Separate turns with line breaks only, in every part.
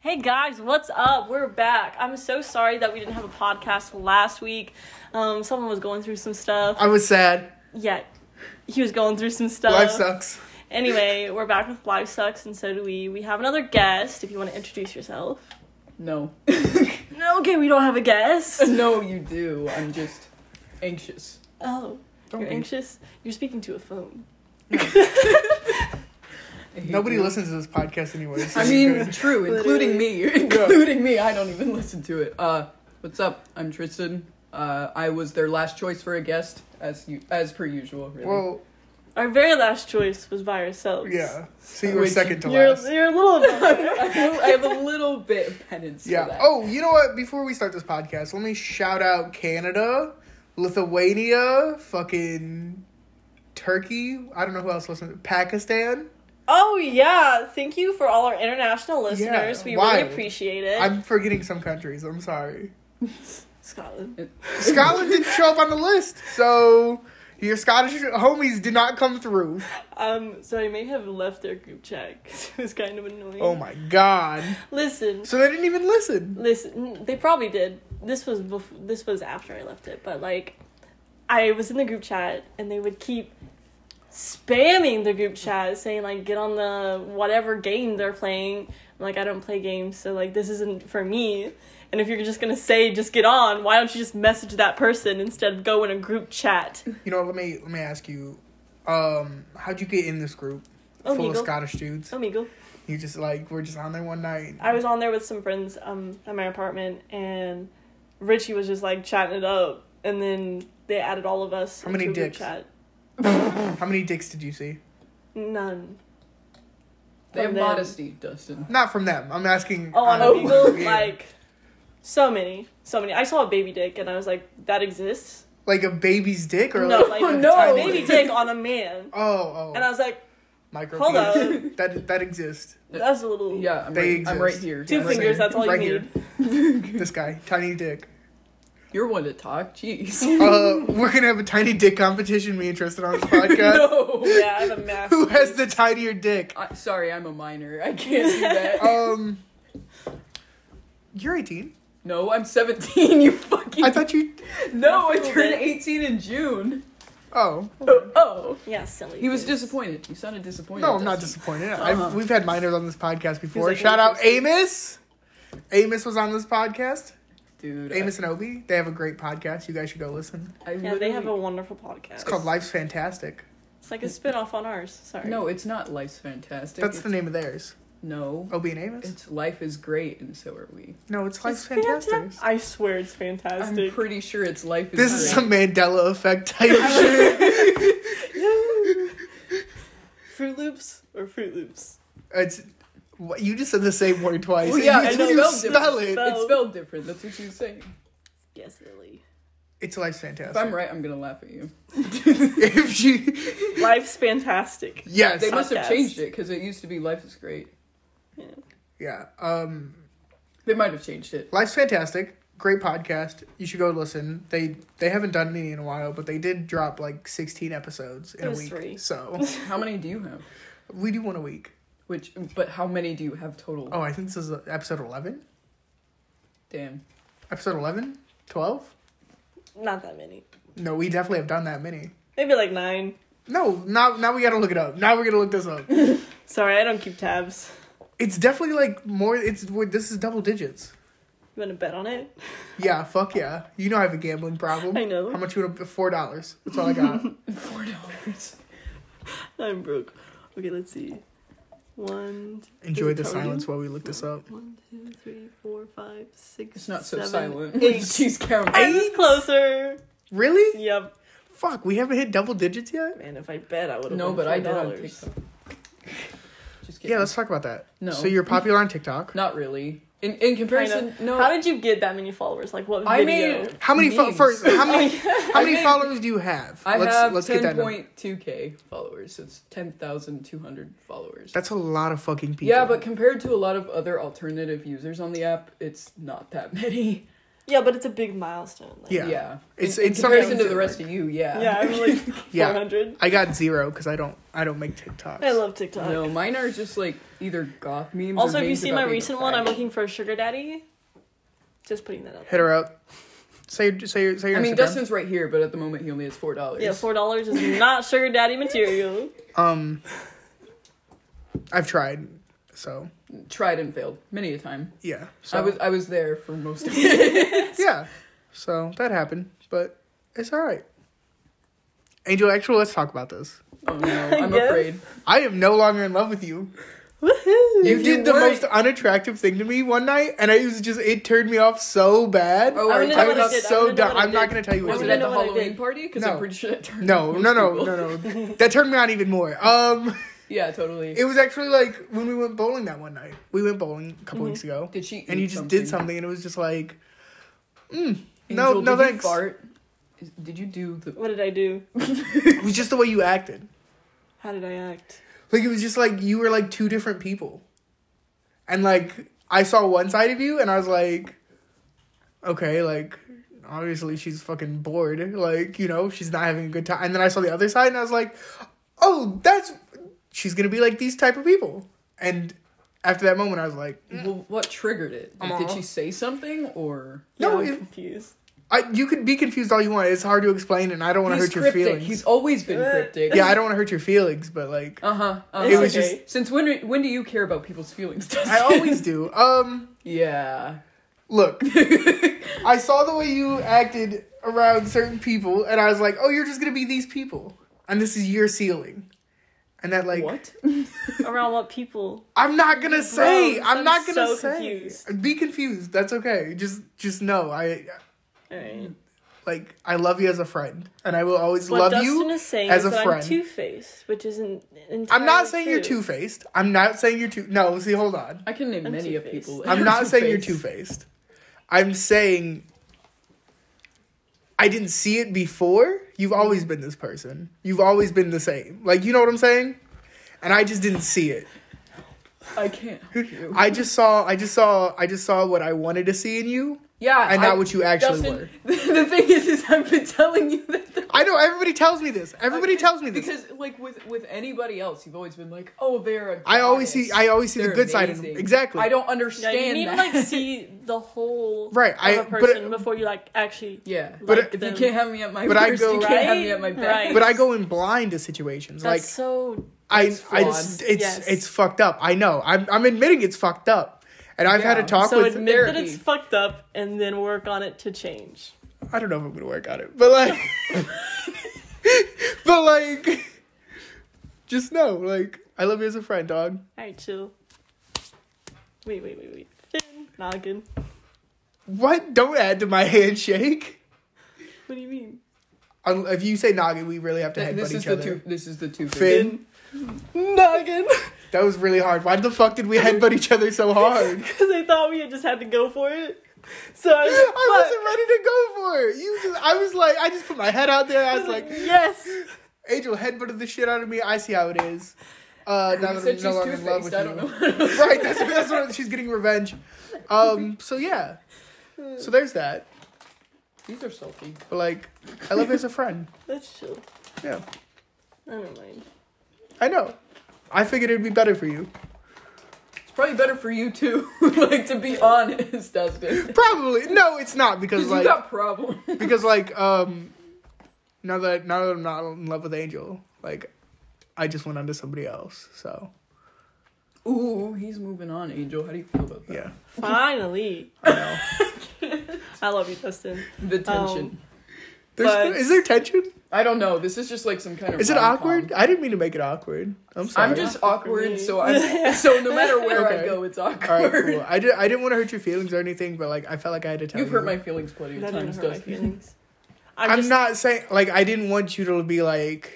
Hey guys, what's up? We're back. I'm so sorry that we didn't have a podcast last week. Um, someone was going through some stuff.
I was sad.
Yeah, he was going through some stuff.
Life sucks.
Anyway, we're back with Life Sucks, and so do we. We have another guest if you want to introduce yourself.
No.
No, okay, we don't have a guest.
No, you do. I'm just anxious.
Oh,
Don't
you're
be-
anxious? You're speaking to a phone.
I hate
Nobody
you.
listens to this podcast anyway. so
I
it's
mean,
good.
true, including me. including me. I don't even listen to it. Uh, what's up? I'm Tristan. Uh, I was their last choice for a guest, as you, as per usual. Really.
well,
Our very last choice was by ourselves.
yeah. So you were
Wait,
second to
You're,
last.
you're a little bit.
I have I have a little bit of penance. For
Yeah.
that.
Oh, you know what? Before we start this podcast, let me shout out Canada, Lithuania, fucking Turkey. I don't know who else listened. Pakistan.
oh yeah, thank you for all our international listeners. we
why?
really appreciate
Eh.
it.
I'm forgetting some countries. I'm sorry.
Scotland.
Scotland didn't show up on the list, so your Scottish homies did not come through.
Um, so I may have left their group chat 'cause it was kind of annoying.
Oh my god.
Listen,
So they didn't even listen.
listen. They probably did. This was bef- this was after I left it, but like, I was in the group chat and they would keep spamming the group chat saying like, get on the whatever game they're playing. I'm like, I don't play games, so like, this isn't for me. And if you're just gonna say just get on, why don't you just message that person instead of go in a group chat?
You know, let me let me ask you, um, how'd you get in this group
Oh,
full of
Meagle.
Scottish dudes?
Oh, Meagle.
You just like we're just on there one night.
I was on there with some friends um at my apartment and Richie was just like chatting it up and then they added all of us.
How many
into a group
dicks?
Chat.
How many dicks did you see?
None.
they have
From them.
modesty, Dustin.
Not from them. I'm asking.
Oh, on
um,
Omegle,
yeah.
like so many, so many. I saw a baby dick and I was like, that exists.
like a baby's dick or
no,
like,
like
Oh, no.
a baby dick on a man.
oh
And I
oh
was like,
micro.
hold
penis. That that exists.
that's a little
Yeah, I'm
They
right, I'm right
exist.
here.
two
I'm right
fingers.
here.
That's all
Right
you
here.
need.
This guy, tiny dick.
You're one to talk. Jeez.
Uh, we're gonna have a tiny dick competition. Me and Tristan on this podcast.
no.
Oh, Yeah, I have a mask.
Who has the tinier dick?
I, sorry, I'm a minor. I can't do that.
Um, you're 18.
no, I'm 17. You fucking.
I thought you.
No, I
That's a
turned
little bit.
18 in June.
Oh
Oh, oh.
Yeah, silly.
He was
dude.
disappointed. You sounded disappointed.
no, I'm not
Dustin.
disappointed.
Uh-huh.
I've, we've had minors on this podcast before.
like,
Shout out
"Wait,
Amos. Amos was on this podcast.
Dude,
Amos and Obi, they have a great podcast. You guys should go listen.
I, I
Yeah, they have a
literally-
wonderful podcast.
It's called Life's Fantastic.
It's like a spin off on ours. Sorry.
No, it's not Life's Fantastic.
That's
It's-
the name of theirs.
No.
Obi and Amos.
It's Life is Great and So Are We.
No, it's Life's
fantas-
Fantastic.
I swear it's
I'm
fantastic.
pretty sure it's Life is
This
Great.
is some Mandela effect type shit.
Fruit Loops or Fruit Loops?
It's what- you just said the same word twice.
Well, Oh, yeah,
you,
I know.
you
Spelled
spell
different.
it.
Spell-
It's spelled different. That's what you say.
Yes, Lily.
It's Life's
If
Fantastic.
I'm right, I'm going to laugh at you.
If you
Life's fantastic.
yes,
They must have
Podcast.
changed it because it used to be Life is Great.
yeah. Um,
They might have changed it.
Life's Fantastic. Great podcast. You should go listen. They they haven't done any in a while, but they did drop like 16 episodes in
It
a
was
week.
three.
So
How many do you have?
we do one a week.
Which, but how many do you have total?
Oh, I think this is uh, episode 11.
Damn.
Episode 11? 12?
Not that many.
No, we definitely have done that many.
Maybe like nine.
No, now now we gotta look it up. Now we're gonna look this up.
Sorry, I don't keep tabs.
It's definitely like more. It's we're- this is double digits.
You want to bet on it?
Yeah, fuck yeah. You know I have a gambling problem.
I know.
How much you want to? Four dollars. That's all I got.
Four dollars.
I'm broke. Okay, let's see. One. t- is
Enjoy
it
the
counting?
silence while we look this up.
One, two, three, four, five, six.
It's not so
seven,
silent.
Eight.
She's counting.
I was closer.
Really?
Yep.
Fuck, we haven't hit double digits yet.
Man, if I bet, I would have.
No, but I did on TikTok. Just kidding.
Yeah, let's talk about that.
No.
So you're popular on TikTok.
Not really. In in comparison, no.
How did you get that many followers? Like what
I
video?
made
How many fo-
memes.
first? How many? How
I
many
made-
followers do you have?
I have
that
ten
number.
point two k followers. So it's ten thousand two hundred followers.
That's a lot of fucking people.
yeah, but compared to a lot of other alternative users on the app, it's not that many.
Yeah, but it's a big milestone. Like,
Yeah.
Yeah.
It's-
in,
it's
in
something
comparison to
to
the rest
work.
of you, yeah.
Yeah, I'm like
Yeah.
400.
I got zero because I don't I don't make TikToks.
I love TikTok.
No, mine are just like either goth memes.
Also,
or
if you
memes
see
about
my
being a
recent one, I'm
faggot.
looking for a sugar daddy. Just putting that out.
Hit her up. Say say say your
I mean,
Instagram.
Dustin's right here, but at the moment he only has four dollars.
Yeah, four dollars is not sugar daddy material.
Um, I've tried. So
Tried and failed many a time.
yeah. So
I was I was there for most of it.
yeah. So that happened, but it's all right. Angel, actually, let's talk about this.
Oh no, I'm
guess.
afraid.
I am no longer in love with you.
Woohoo!
You
If
did
you
the
weren't-
most unattractive thing to me one night, and I was just it turned me off so bad.
Oh,
I
are
wanna
you
know
I
talking
what I
about?
was
did. I
so
wanna know
done.
what I
I'm not
did.
gonna tell you what
Was
you
it
wanna
at
did.
know
the
what I
Halloween
did.
party? Because
No.
I'm pretty sure that turned.
No,
most
no, no,
people.
no, no. That turned me on even more. Um,
Yeah, totally.
it was actually like when we went bowling that one night. We went bowling a couple
Mm-hmm.
weeks ago,
did she?
and
eat
you just did something, and it was just like, mm, no,
Angel,
no,
did you
thanks.
fart? Is- Did you do the?
What did I do?
It was just the way you acted.
How did I act?
Like it was just like you were like two different people. And like I saw one side of you and I was like okay, like obviously she's fucking bored. Like, you know, she's not having a good time. And then I saw the other side and I was like, "Oh, that's she's going to be like these type of people." And after that moment I was like,
Well, what triggered it? Like, did
Uh-huh.
she say something or?
"No,
yeah, I'm
it,
confused.
I you could be confused all you want. It's hard to explain and I don't want to
He's
hurt your
cryptic.
feelings."
He's always been
Uh,
cryptic.
yeah, I don't want to hurt your feelings, but like
Uh huh. Uh-huh.
It
was
okay.
since when? Are, when do you care about people's feelings? Dustin?
I always do. Um
yeah.
look, I saw the way you acted around certain people, and I was like, oh, you're just gonna be these people, and this is your ceiling. And that, like,
what?
Around what people?
I'm not gonna say.
Gross.
I'm,
I'm
not gonna
so
say.
confused.
Be confused. That's okay. Just, just know. I
All right.
like. I love you as a friend, and I will always
What
love
Dustin
you
is saying
as
is
a
that
friend.
I'm two faced, which isn't. Entirely
I'm not saying you're
true.
two faced. I'm not saying you're two. No, see, hold on.
I can name
I'm
many of
two-faced.
people. that
I'm
are
not saying you're two
two-faced.
faced. I'm saying I didn't see it before. You've
Mm-hmm.
always been this person. You've always been the same. Like you know what I'm saying? And I just didn't see it.
I can't. help you.
I just saw I just saw I just saw what I wanted to see in you
yeah,
and not what you actually were.
Dustin, The thing is, is I've been telling you that. The,
I know everybody tells me this. Everybody tells me this.
because, like, with with anybody else, you've always been like, "Oh, they're." A
I always see
goddess.
I always see the
They're
good side in
amazing.
them. Exactly.
I don't
Yeah,
understand
you need to
that.
like see the whole
Right,
of
I-
a
but-
person before you like actually.
yeah,
But
it-
if
them.
you can't have me at my
But I
worst,
go-
you can't have me at my
Right?
best.
Right.
but I go in blind to situations.
That's
like
so.
I,
It's
I
flawed.
it's it's,
Yes.
it's fucked up. I know. I'm I'm admitting it's fucked up, and I've had a
Yeah.
talk
So
with.
admit that
therapy.
it's fucked up, and then work on it to change.
I don't know if I'm gonna work on it, but like, but like, just know, like, I love you as a friend, dog.
All right, chill. Wait, wait, wait, wait. Finn, noggin.
What? Don't add to my handshake.
What do you mean?
Um, if you say noggin, we really have to
Th-
headbutt
This is
each
the
other.
two. This is the two.
Finn,
Noggin.
that was really hard. Why the fuck did we headbutt each other so hard?
Because I thought we had just had to go for it. So I was like,
I wasn't ready to go for it. You just, I was like, I just put my head out there. I was like,
yes.
Angel headbutted the shit out of me. I see how it is. Uh, now
You
that
said
I'm
she's
no longer in love
two-faced.
with
I
you.
don't know.
right, that's that's what she's getting revenge. Um, so yeah. So there's that.
These are salty.
But like, I love her as a friend.
That's chill.
Yeah,
I don't mind.
I know. I figured it'd be better for you.
It's probably better for you too. like to be honest, Dustin.
Probably no, it's not because
Because you
like
got problems.
because like um, now that now that I'm not in love with Angel, like, I just went on to somebody else. So
Ooh, he's moving on, Angel. How do you feel about that?
yeah,
Finally.
I know.
I love you, Dustin.
The
Um,
tension.
There's,
But-
is there tension?
I don't know. This is just like some kind of.
Is it
rom-com.
awkward? I didn't mean to make it awkward. I'm sorry.
I'm just
Not for me.
awkward, so I'm so no matter where
Okay.
I go, it's
All right,
awkward.
cool. I did. I didn't want to hurt your feelings or anything, but like I felt like I had to tell
You've
you.
hurt my feelings plenty of
That didn't
times,
hurt my
Dustin.
feelings.
I'm
just-
not saying like I didn't want you to be like,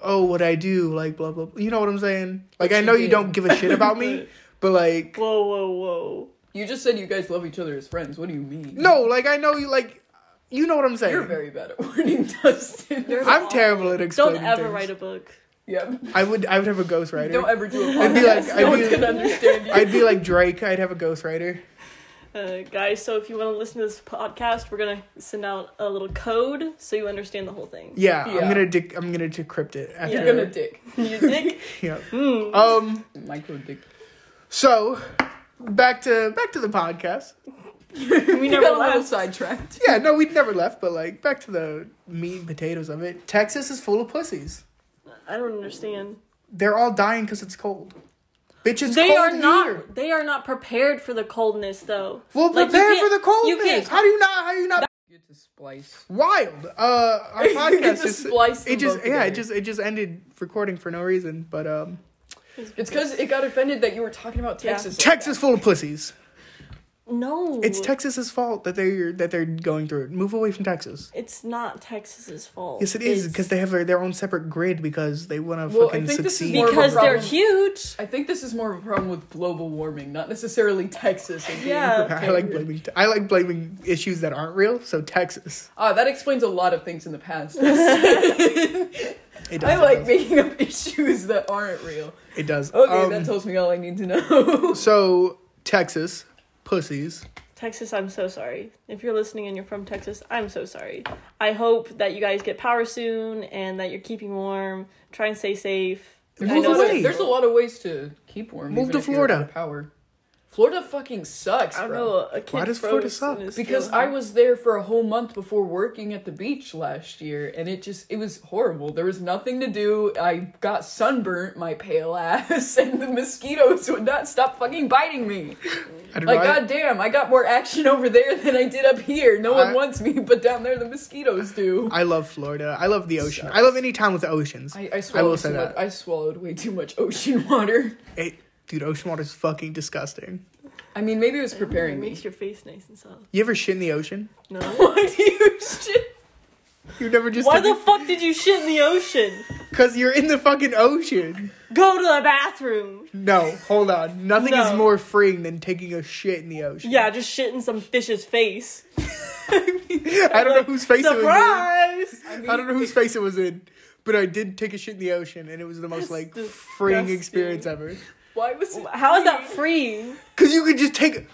oh, what I do, like blah blah. blah. You know what I'm saying? Like I
you
know you
did.
don't give a shit about me, but like
Whoa, whoa, whoa.
You just said you guys love each other as friends. What do you mean?
no, like I know you like, you know what I'm saying.
You're very bad at warning, Dustin.
I'm terrible at
Don't
explaining.
ever
things.
write a book.
yeah.
I would. I would have a ghostwriter.
Don't ever do a podcast.
I'd be like-
no
I'd be-
one's gonna understand you.
I'd be like Drake. I'd have a ghostwriter.
uh, guys. So if you want to listen to this podcast, we're gonna send out a little code so you understand the whole thing.
Yeah, I'm
Yeah.
gonna de- I'm gonna decrypt it. After,
Yeah.
You're gonna dick.
You dick?
yeah.
Hmm.
Um.
Micro dick.
So, back to back to the podcast.
we
You
never
got a little
left.
sidetracked.
Yeah, no, we'd never left, but like back to the meat and potatoes of it. Texas is full of pussies.
I don't understand.
They're all dying because it's cold. Bitches,
they
cold
are not.
here.
They are not prepared for the coldness, though.
Well,
Like, you
prepare
can't-
for the
you
coldness.
can't-
How do you not? How do you not?
Get to splice.
Wild. Uh, our podcast
Just
is.
splice
It
them
just
both
yeah. It
together.
just it just ended recording for no reason, but um.
It's because it got offended that you were talking about
Yeah.
Texas. like
Texas full of pussies.
No,
It's Texas's fault that they're that they're going through it. Move away from Texas.
It's not Texas's fault.
Yes, it is
It's-
because they have a, their own separate grid because they want to
Well, I
fucking
think this is
succeed.
more of a
because they're
problem.
huge.
that. I think this is more of a problem with global warming, not necessarily Texas. and being
Yeah.
I like
prepared.
blaming. I like blaming issues that aren't real. So Texas,
Ah, that explains a lot of things in the past.
it does.
I
it
like
does.
making up issues that aren't real.
It does.
Okay,
Um,
that tells me all I need to know.
so Texas, pussies.
Texas, I'm so sorry. If you're listening and you're from Texas, I'm so sorry. I hope that you guys get power soon and that you're keeping warm. Try and stay safe.
Move
I know that
away.
there's a lot of ways to keep warm.
Move
even
to
if you're out of
Florida.
Power. Florida fucking sucks,
I don't
bro.
know. A kid
Why does
froze
Florida suck?
in his
Because
feeling.
I was there for a whole month before working at the beach last year, and it just it was horrible. There was nothing to do. I got sunburnt, my pale ass, and the mosquitoes would not stop fucking biting me.
I don't
Like,
know. I-
goddamn, I got more action over there than I did up here. No
I-
one wants me, but down there the mosquitoes do.
I love Florida. I love the ocean. I love any town with oceans.
I, I swallowed
will say
too
that.
much- I swallowed way too much ocean water.
It, dude, ocean water is fucking disgusting.
I mean, maybe it was
It
preparing me.
makes your face nice and soft.
You ever shit in the ocean?
No.
Why do you shit?
You never just
Why the fuck did you shit in the ocean?
because you're in the fucking ocean.
Go to the bathroom.
No, hold on. Nothing is
No.
more freeing than taking a shit in the ocean.
Yeah, just shit in some fish's face.
I don't know whose face it was. In.
Surprise!
I don't know whose face it was in, but I did take a shit in the ocean, and it was the most like
That's
freeing
disgusting.
experience ever.
Why was it?
How is that
me?
freeing?
Cause you could just take.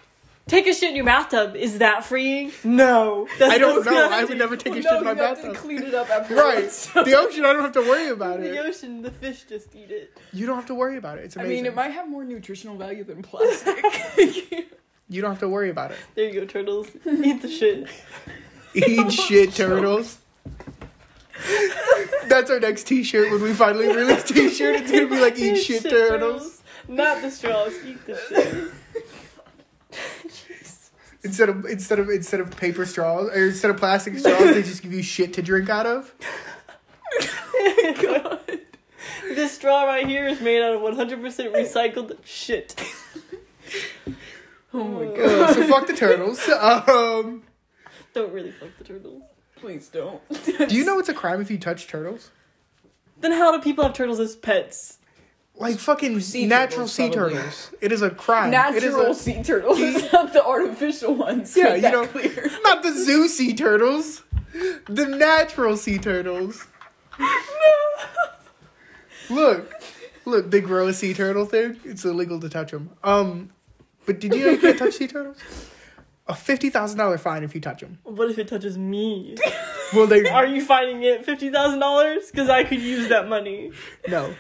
Take a shit in your bathtub. Is that freeing? No. That's
I don't know. I
disgusting.
would never take a
Well,
shit
Oh, no,
in my
you have to
bathtub.
clean it up after.
Right, the ocean. I don't have to worry about
In the
it.
ocean, the fish just eat it.
You don't have to worry about it. It's
I
amazing.
mean, it might have more nutritional value than plastic.
You don't have to worry about it.
There you go, turtles. Eat the shit.
Eat shit, turtles. That's our next T-shirt when we finally release T-shirt. It's gonna be like eat shit, turtles
Not the straws. Eat the shit.
instead of instead of instead of paper straws or instead of plastic straws. They just give you shit to drink out of.
This straw right here is made out of 100% recycled shit.
oh my god!
Uh, so fuck the turtles. Um,
Don't really fuck the turtles.
Please don't.
do you know it's a crime if you touch turtles?
Then how do people have turtles as pets?
Like fucking
Sea
natural
turtles,
sea
probably.
turtles. It is a crime. It is
Natural
a-
sea turtles, it's not the artificial ones.
Yeah,
Make
you
that
know-
Clear.
Not the zoo sea turtles. The natural sea turtles. No. Look. Look, they grow a sea turtle thing. It's illegal to touch them. Um, but did you know you can't touch sea turtles? A $50,000 fine if you touch them.
What if it touches me?
Well, they...
Are you finding it $50,000? Because I could use that money.
No.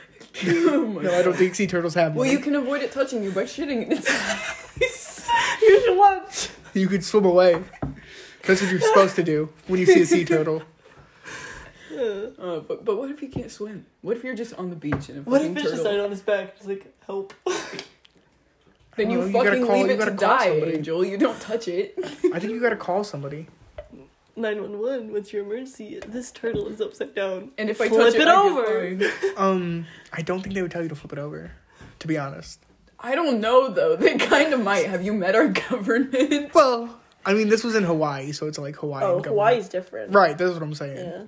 Oh my
No, I don't think sea turtles have
Well,
money.
you can avoid it touching you by shitting in its eyes.
You should watch.
You could swim away. That's what you're supposed to do when you see a sea turtle.
Uh,
Uh, but, but what if you can't swim? What if you're just on the beach and a
What
fucking
if fish
turtle?
decided on his back? Just like, help.
Then you
Oh, you gotta
fucking
call-
leave
you
it to
gotta call
die,
somebody.
Angel. You don't touch it.
I think you gotta call somebody.
911, what's your emergency? This turtle is upside down.
And if I
Flip
touch it,
it
I get
over.
fined.
Um, I don't think they would tell you to flip it over, to be honest.
I don't know though. They kind of might. Have you met our government?
Well, I mean, this was in Hawaii, so it's like Hawaiian
Oh,
government.
Hawaii's different.
Right, that's what I'm saying.
Yeah.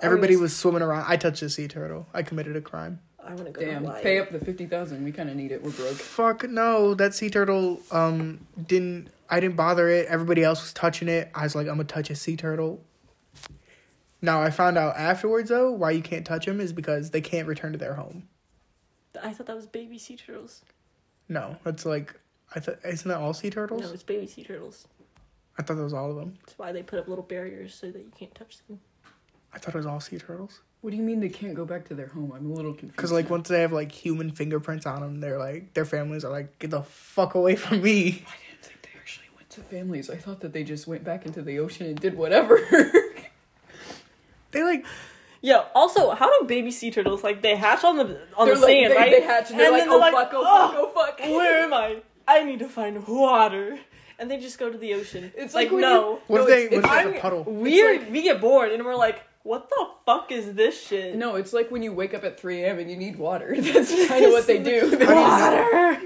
Everybody
I
was swimming around. I touched a sea turtle. I committed a crime.
I want to go
Damn.
to Hawaii.
Pay up the fifty thousand. We kind of need it. We're broke.
Fuck no, that sea turtle um didn't I didn't bother it. Everybody else was touching it. I was like, I'm gonna touch a sea turtle. Now I found out afterwards though why you can't touch them is because they can't return to their home.
I thought that was baby sea turtles.
No, that's like I thought isn't that all sea turtles?
No, it's baby sea turtles.
I thought that was all of them.
That's why they put up little barriers so that you can't touch them.
I thought it was all sea turtles.
What do you mean they can't go back to their home? I'm a little confused.
Because like once they have like human fingerprints on them, they're like their families are like get the fuck away from me.
I didn't think they actually went to families. I thought that they just went back into the ocean and did whatever.
They like
Yo, also, how do baby sea turtles like they hatch on the on
They're
the
like-
sand,
they-
right?
they hatch and they're like,
then
"Oh, fuck, oh, fuck, oh, fuck."
Where am I? I need to find water, and they just go to the ocean.
It's
It's
like
like,
when
no,
what
No,
if they
it's-
what if
it's-
there's a puddle?
we're we get bored and we're like, what the fuck is this shit?
no, it's like when you wake up at 3 a.m. and you need water. That's kind of what they do. They just-
water.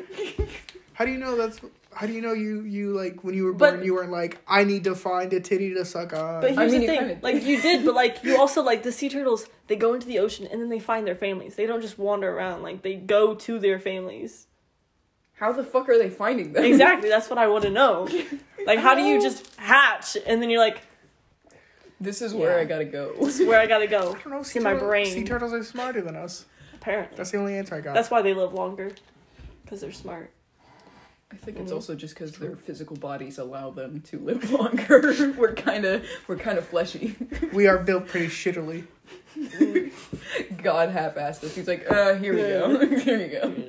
How do you know that's how do you know you you like when you were
But-
born you weren't like I need to find a titty to suck on.
But here's
mean,
the
you
thing,
kinda-
like you did, but like you also like the sea turtles. They go into the ocean and then they find their families. They don't just wander around. Like they go to their families.
How the fuck are they finding them?
Exactly. That's what I want to know. Like, how do you just hatch and then you're like,
This is where
Yeah.
I gotta go.
this is where I gotta go?
I don't know.
It's
Sea
in my
turtle-
brain.
Sea turtles are smarter than us.
Apparently, that's,
That's the only answer I got.
why they live longer, because they're smart.
I think it's
Mhm.
also just because their physical bodies allow them to live longer. we're kind of we're kind of fleshy.
we are built pretty shittily.
God half-assed us. He's like, uh, here we go, here you go.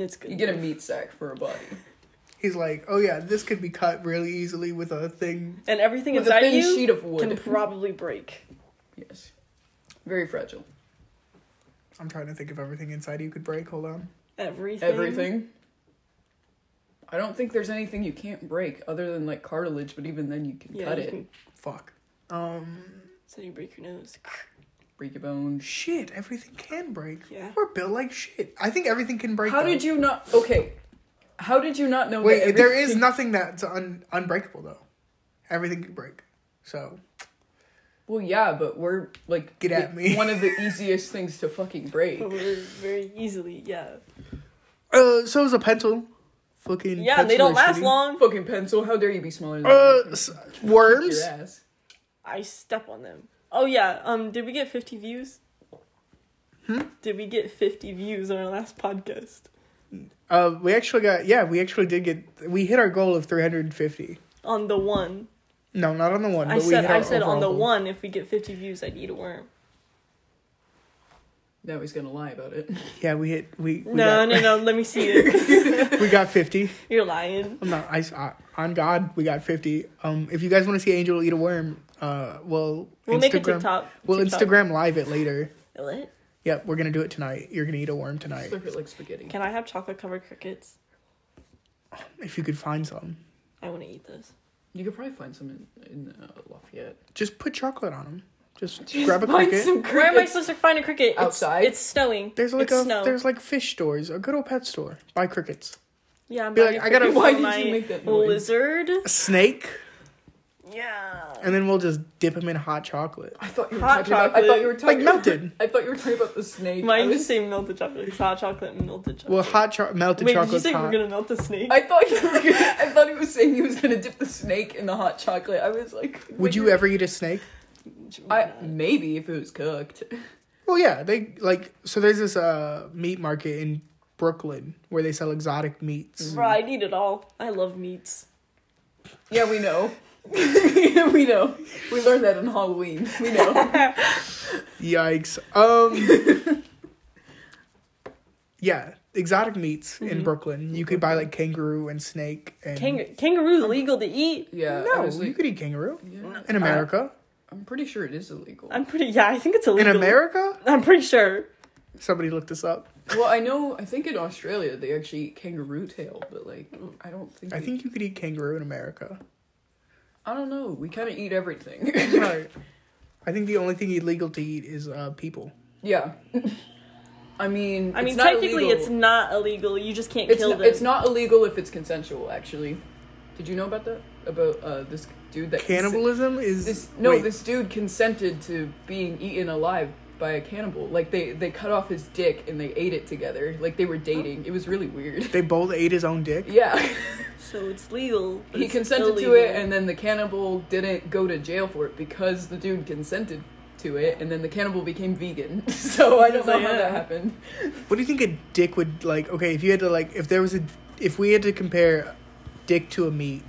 It's good.
You get a meat sack for a body.
He's like, oh yeah, this could be cut really easily with a thing.
and everything
With a
inside
thin
you
sheet of wood.
can probably break.
yes, very fragile.
I'm trying to think of everything inside you could break. Hold on.
Everything.
Everything. I don't think there's anything you can't break other than like cartilage, but even then you can
Yeah.
cut
you
it.
can-
Fuck. Um.
so you break your nose.
Break your bones.
Shit. Everything can break.
Yeah.
We're built like shit. I think everything can break.
How did you not? Okay, how did you not know?
Wait,
that
there
everything-
is nothing that's un- unbreakable though. Everything can break. So
Well, yeah, but we're like
Get at
it-
me.
One of the easiest things to fucking break.
But we're very easily, yeah.
Uh, so is a pencil. Fucking.
Yeah, and they
pencil
don't
are
last
shitty.
long.
Fucking pencil, how dare you be smaller than
Uh,
me?
s-
your
worms.
ass?
I step on them. Oh yeah. Um. Did we get fifty views? Hmm? Did we get fifty views on our last podcast?
Uh, we actually got. Yeah, we actually did get. We hit our goal of 350.
On the one.
No, not on the one.
I
but we
said.
hit our
I said on
overall
the
goal.
one. If we get fifty views, I'd eat a worm.
Now he's gonna lie about it.
Yeah, we hit. We, we
No,
got,
no, no. Let me see it.
We got 50.
You're lying.
I'm not. I, I, on God, we got 50. Um, if you guys want to see Angel eat a worm, uh, we'll
We'll
Instagram,
make a TikTok.
We'll
TikTok.
Instagram live it later.
What?
Yep, we're gonna do it tonight. You're gonna eat a worm
Just
tonight.
look at like spaghetti.
Can I have chocolate covered crickets?
If you could find some,
I want to eat those.
You could probably find some in, in uh, Lafayette.
just put chocolate on them. Just grab a
Find
cricket.
some
Where am I
crickets.
supposed to find a cricket? It's-
Outside?
It's, snowing.
There's like
it's
a
snow.
there's like fish stores, a good old pet store. Buy crickets.
yeah. I'm
be like,
buying
I gotta-
crickets for
Why did you
my
make that noise?
lizard?
A snake,
Yeah.
and then we'll just dip them in hot chocolate,
I thought you were
Hot
talking about. I thought you were
like
talking.
melted.
I thought you were talking about the snake. I,
Mine
was-
just say melted chocolate, hot chocolate, and melted chocolate.
Well, hot cho- melted
Wait, did you
chocolate.
say we
hot.
we're gonna melt the snake?
I thought you were. Gonna, I thought he was saying he was gonna dip the snake in the hot chocolate. I was like,
Would you ever eat a snake?
I maybe if it was cooked.
Well, yeah, they like so. There's this uh meat market in Brooklyn where they sell exotic meats.
Bro, I need it all. I love meats.
Yeah, we know. we know. We learned that in Halloween. We know.
Yikes. Um. yeah, exotic meats
Mm-hmm.
in Brooklyn. You could buy like kangaroo and snake and
Kang- kangaroo's legal to eat.
Yeah. I
No,
was
you
like-
could eat kangaroo
yeah.
in America.
I'm pretty sure it is illegal.
I'm pretty. Yeah, I think it's
in
illegal.
America,
I'm pretty sure.
somebody looked this up.
Well, I know. I think in Australia they actually eat kangaroo tail, but like I don't think.
I
we-
think you could eat kangaroo in America.
I don't know. We kind of eat everything.
Right. I think the only thing illegal to eat is uh, people.
yeah. I mean,
I mean,
it's not
technically,
illegal.
it's not illegal. You just can't
It's
kill
n-
them.
it's not illegal if it's consensual. Actually, did you know about that? About uh, this dude that consen-
Cannibalism is
this no,
wait,
this dude consented to being eaten alive by a cannibal. Like they they cut off his dick and they ate it together. Like they were dating. It was really weird.
They both ate his own dick.
Yeah.
so it's legal. but
he
it's
consented
illegal.
to it and then the cannibal didn't go to jail for it because the dude consented to it and then the cannibal became vegan so i don't know how
Yeah.
that happened
What do you think a dick would like? Okay, if you had to like, if there was a, if we had to compare dick to a meat,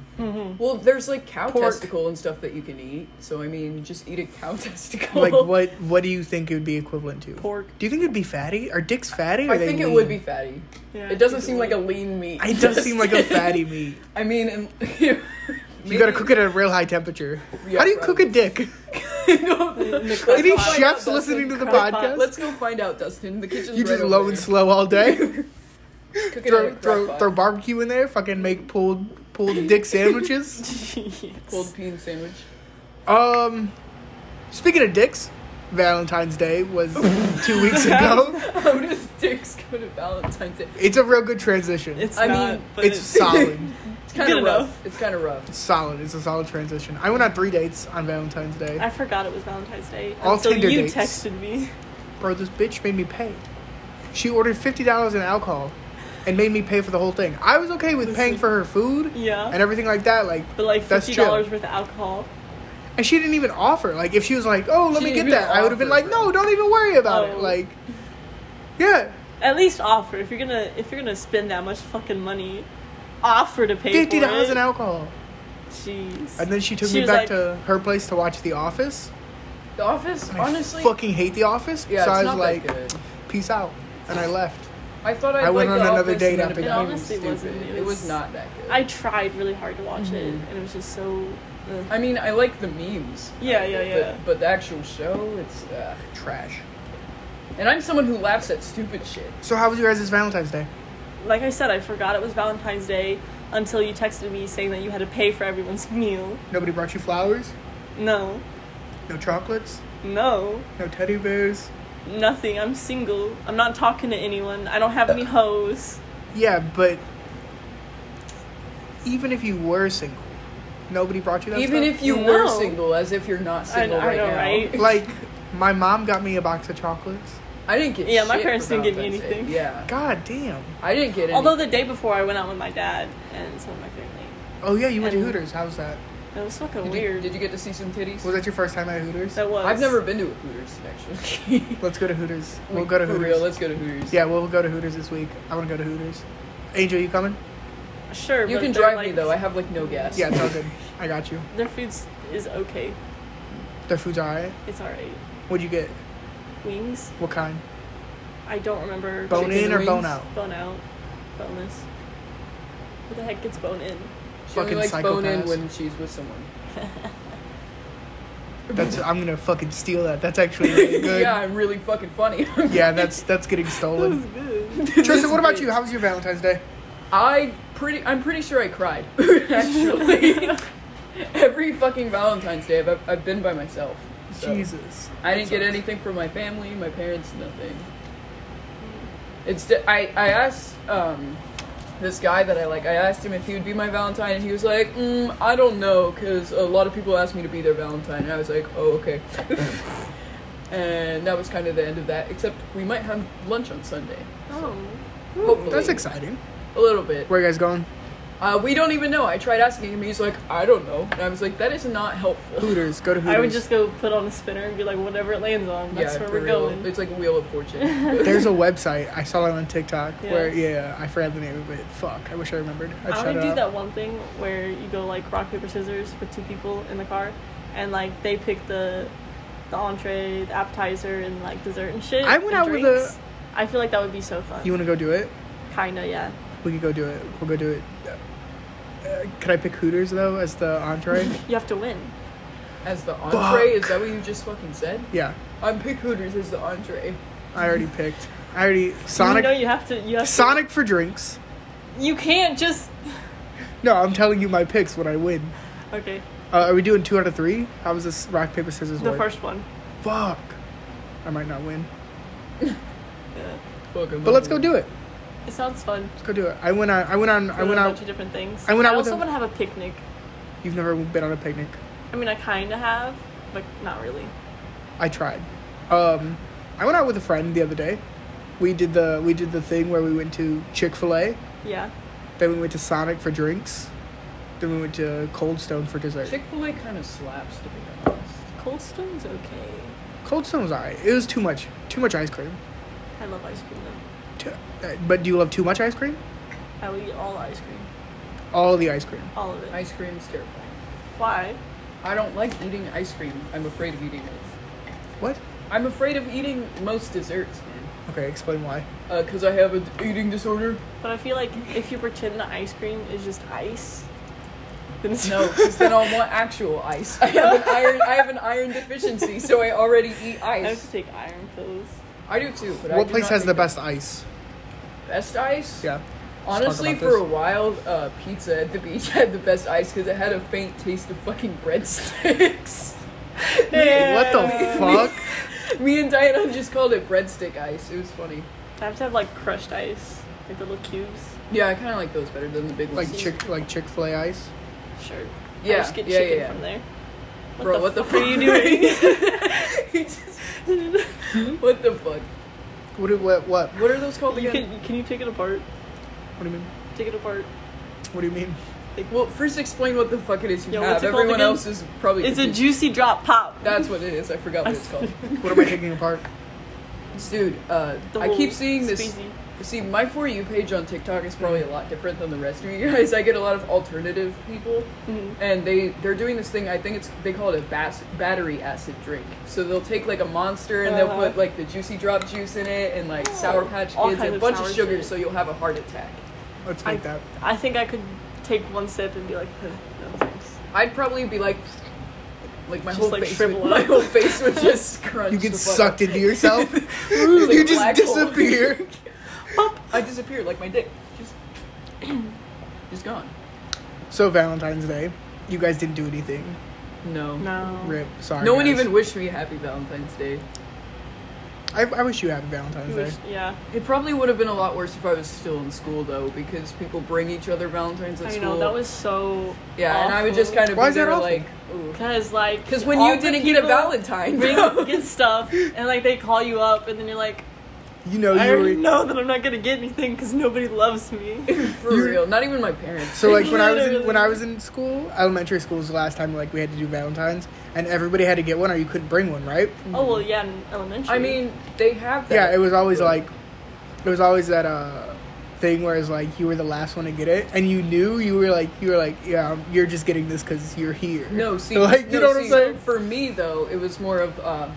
Well, there's like cow
Pork.
testicle and stuff that you can eat. So I mean, just eat a cow testicle.
like what what do you think it would be equivalent to?
Pork.
Do you think it'd be fatty? Are dicks fatty? Or
I
they
think it
lean?
would be fatty.
Yeah,
it doesn't seem like a lean meat.
It does seem like a fatty meat.
I mean, and
You gotta cook it at a real high temperature.
Yeah,
How do you cook a dick? Any
Let's find
chefs
out,
listening to the
Crock pot.
podcast?
Let's go find out, Dustin. The kitchen's
you
right
just
over
low and
there.
slow all day.
Cook it in a
throw
crock
throw
pot.
throw barbecue in there. Fucking make pulled pulled dick sandwiches.
pulled bean sandwich.
Um, speaking of dicks, Valentine's Day was two weeks ago.
How does dicks go to Valentine's Day?
It's a real good transition.
It's
It's,
I
I
mean,
mean, but it's,
solid.
It's kind
Good
of rough.
enough.
It's kind of rough.
It's solid. It's a solid transition. I went on three dates on Valentine's Day.
I forgot it was Valentine's Day
All
until
Tinder
you
dates.
texted me.
Bro, this bitch made me pay. She ordered fifty dollars in alcohol, and made me pay for the whole thing. I was okay with paying for her food
Yeah.
and everything like that. Like,
but like
that's
fifty
chill.
dollars worth of alcohol.
and she didn't even offer. Like, if she was like, "Oh, let
She
me
didn't
get
even
that," I would have been
offer,
like, "No, don't even worry about
Oh.
it." Like, yeah,
At least offer if you're gonna if you're gonna spend that much fucking money, offer to pay
fifty dollars
an
in
hour.
alcohol.
Jeez.
And then she took
She
me
was
back
like-
to her place to watch The Office.
The office,
And
honestly.
I fucking hate The Office.
yeah,
so
it's
I was
not
like,
that good.
peace out. And I left.
I thought I'd
I went
like
on
the
another
office
date
and then
after
it
that.
It honestly
stupid.
wasn't. It
It was
was-
not that good.
I tried really hard to watch it, and it was just so. ugh.
Mm-hmm. I mean, I like the memes.
Yeah, yeah,
but-
yeah.
But, the actual show, it's. Uh,
Trash.
and I'm someone who laughs at stupid shit.
So how was your guys' Valentine's Day?
Like I said, I forgot it was Valentine's Day until you texted me saying that you had to pay for everyone's meal.
Nobody brought you flowers?
No,
No chocolates?
no,
No teddy bears?
nothing. I'm single. I'm not talking to anyone. I don't have any
Uh,
hoes.
Yeah, but even if you were single, nobody brought you that
Even
stuff?
if you were
No.
single, as if you're not single
I
right
know,
now.
right?
Like, my mom got me a box of chocolates.
I didn't get.
Yeah, my
shit
parents
for
didn't give me
Valentine's Day.
anything.
Yeah,
God damn.
I didn't get. Anything.
Although the day before, I went out with my dad and some of my family.
Oh yeah, you went
And-
to Hooters. How's that?
It was fucking
did
weird.
You, did you get to see some titties?
Was that your first time at Hooters?
that was.
I've never been to a Hooters actually.
Let's go to Hooters. We'll go to
For
Hooters.
real, let's go to Hooters.
Yeah, we'll go to Hooters this week. I want to go to Hooters. Angel, you coming?
Sure,
You
but
can
their,
drive me
like,
though. I have like no gas.
Yeah, it's all good. I got you.
Their food's is okay.
Their food's alright.
It's alright.
What'd you get?
Wings.
What kind?
I don't remember.
Bone in
Chicken
or bone
wings?
out?
Bone out. Boneless. What the heck gets bone in?
she only
Fucking
likes bone in
psychopaths.
when she's with someone.
That's I'm gonna fucking steal that. That's actually really good.
yeah,
yeah.
I'm really fucking funny.
that's that's getting
That was
stolen.
good.
Tristan, what about
bitch.
you? How was your Valentine's Day?
I pretty. I'm pretty sure I cried. actually, every fucking Valentine's Day, I've, I've- I've been by myself. So.
Jesus.
I didn't get anything from my family, my parents, nothing. It's di- I I asked um, this guy that I like. I asked him if he would be my Valentine, and he was like, mm, I don't know, because a lot of people ask me to be their Valentine, and I was like, oh okay. and that was kind of the end of that. Except we might have lunch on Sunday.
Oh.
Hopefully,
That's exciting.
a little bit.
Where you guys going?
Uh, we don't even know. I tried asking him. He's like, I don't know. And I was like, that is not helpful.
Hooters. Go to Hooters.
I would just go put on a spinner and be like, whatever it lands on, that's where
for
we're
real.
going.
It's like a wheel of fortune.
There's a website I saw it on TikTok
Yeah.
where yeah I forgot the name of it. Fuck, I wish I remembered. I'd
I
shout
want to
it
do
out.
that one thing where you go like rock paper scissors for two people in the car, and like they pick the the entree, the appetizer, and like dessert and shit.
I went
and
out with a-
drinks. I feel like that would be so fun.
You want to go do it?
Kinda, yeah.
We could go do it. We'll go do it. Uh, could I pick Hooters though as the entree?
You have to win.
As the entree, is that what you just fucking said?
yeah,
I'm pick Hooters as the entree.
I already picked. I already Sonic.
You know you have to. You have to-
Sonic for drinks.
you can't just.
No, I'm telling you my picks when I win.
Okay,
Uh, are we doing two out of three? How was this rock paper scissors
the
work?
first one.
Fuck, I might not win.
Yeah.
Fuck, I'm
But let's go
hungry.
do it.
It sounds fun.
Let's go do it. I went on. I went on. I
Doing
went
a bunch
out.
of different things.
I went out
I
with
also
a-
want to have a picnic.
You've never been on a picnic.
I mean, I kind of have, but not really.
I tried. Um, I went out with a friend the other day. We did the we did the thing where we went to Chick Fil A.
Yeah.
Then we went to Sonic for drinks. Then we went to Cold Stone for dessert.
Chick Fil A kind of slaps, to be honest.
Cold Stone's okay.
Cold Stone was alright. It was too much. Too much ice cream.
I love ice cream though.
Too, uh, but do you love too much ice cream?
I would eat all ice cream.
All the ice cream.
All of it.
Ice cream's terrifying.
Why?
I don't like eating ice cream. I'm afraid of eating it.
What?
I'm afraid of eating most desserts, man.
Okay, explain why.
Uh, cause I have an eating disorder.
But I feel like if you pretend the ice cream is just ice, then it's
No, because then I'll want actual ice. I have an iron. I have an iron deficiency, so I already eat
I have to
ice.
take iron pills.
I do too. But I
what
do
place
not
has the
take
best ice?
best ice?
Yeah. Let's talk
Honestly,
about
for
this.
a while, uh, pizza at the beach had the best ice because it had a faint taste of fucking breadsticks.
What the fuck?
Me and Diana just called it breadstick ice. It was funny.
I have to have like crushed ice, like the little cubes.
Yeah, I kind of like those better than the big ones.
like chick like Chick Fil A ice.
Sure. I
Yeah,
just get
yeah, yeah,
chicken
yeah.
from there.
Bro, what the
fuck are you doing?
Hmm? What the fuck?
What? do- What? What?
What are those called
you
again?
can, can you take it apart?
What do you mean?
Take it apart.
What do you mean?
Well, first explain what the fuck it is you
Yeah,
have.
what's it called
Everyone
again?
else is probably.
It's a
confused.
juicy drop pop.
That's what it is. I forgot what it's called.
What am I taking apart?
Dude, uh,
The
I
whole
keep seeing this.
squeezy.
See, my For You page on TikTok is probably a lot different than the rest of you guys. I get a lot of alternative people,
Mm-hmm.
and they they're doing this thing. I think it's they call it a bas- battery acid drink. So they'll take like a monster and they'll
Uh-huh. Oh,
put like the Juicy Drop juice in it and like Sour Patch
all
Kids
kinds
and a
of
bunch of
sour
sugar,
shit.
so you'll have a heart attack.
Let's
I,
make that.
I think I could take one sip and be like, "Huh, no thanks.
I'd probably be like, like my
Just,
whole
like,
face,
shrivel
would, my
up.
whole face would just crunch.
You get
the fuck up.
sucked into yourself.
It's like
you
a
just
black hole.
disappear.
I disappeared like my dick. Just, just gone.
so Valentine's Day, you guys didn't do anything.
No.
No.
Rip. Sorry.
No one
guys.
even wished me happy Valentine's Day.
I, I wish you happy Valentine's
You
Day.
wish- yeah.
It probably would have been a lot worse if I was still in school though, because people bring each other Valentines at
I
school.
know, that was so.
yeah, and I would just kind of
Why
be
is that
there
awful?
like, ooh.
Because, like.
Because when
all
you
the
didn't get a
people
Valentine, bro.
Bring, get stuff, and, like, they call you up, and then you're like,
Oh, You know
I
you were.
already know that I'm not gonna get anything because nobody loves me.
for
you-
real, not even my parents.
So like when I was in, when
Literally.
I was in school, elementary school was the last time like we had to do Valentines, and everybody had to get one, or you couldn't bring one, right?
oh well, yeah, in elementary.
I mean, they have that.
Yeah, it was always
but-
like, it was always that uh thing where it's like you were the last one to get it, and you knew you were like you were like yeah um, you're just getting this because you're here.
No, see,
like you
no,
know what
see,
I'm saying?
For me though, it was more of uh,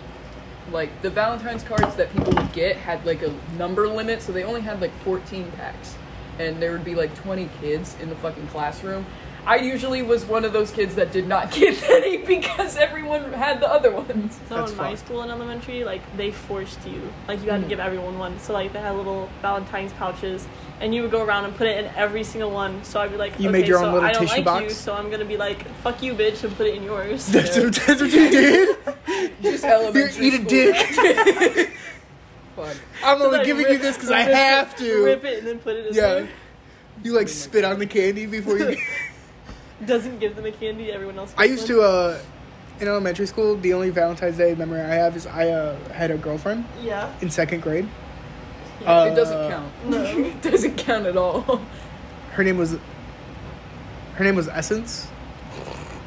like the Valentine's cards that people would get had like a number limit, so they only had like 14 packs, and there would be like 20 kids in the fucking classroom. I usually was one of those kids that did not get any because everyone had the other ones.
so
that's
in my
fun.
school in elementary, like they forced you, like you had
Mhm.
to give everyone one. So like they had little Valentine's pouches, and you would go around and put it in every single one. So I'd be like,
You
okay,
made your
so
own little
I don't
tissue
like you,
box?
so I'm gonna be like, fuck you, bitch, and put it in yours.
That's, what, that's what you did.
Just
you
elementary
eat a
school.
dick.
Fuck.
I'm only
Like,
giving
rip-
you this because I
rip it-
have to.
Rip it and then put it in.
Yeah.
Yeah.
You like spit on the candy before you.
Doesn't give them a candy. Everyone else.
I
gets
used
one.
to uh in elementary school, the only Valentine's Day memory I have is I uh, had a girlfriend
Yeah.
in second grade.
Yeah.
it doesn't
Uh,
count.
No.
it doesn't count at all.
Her name was her name was Essence.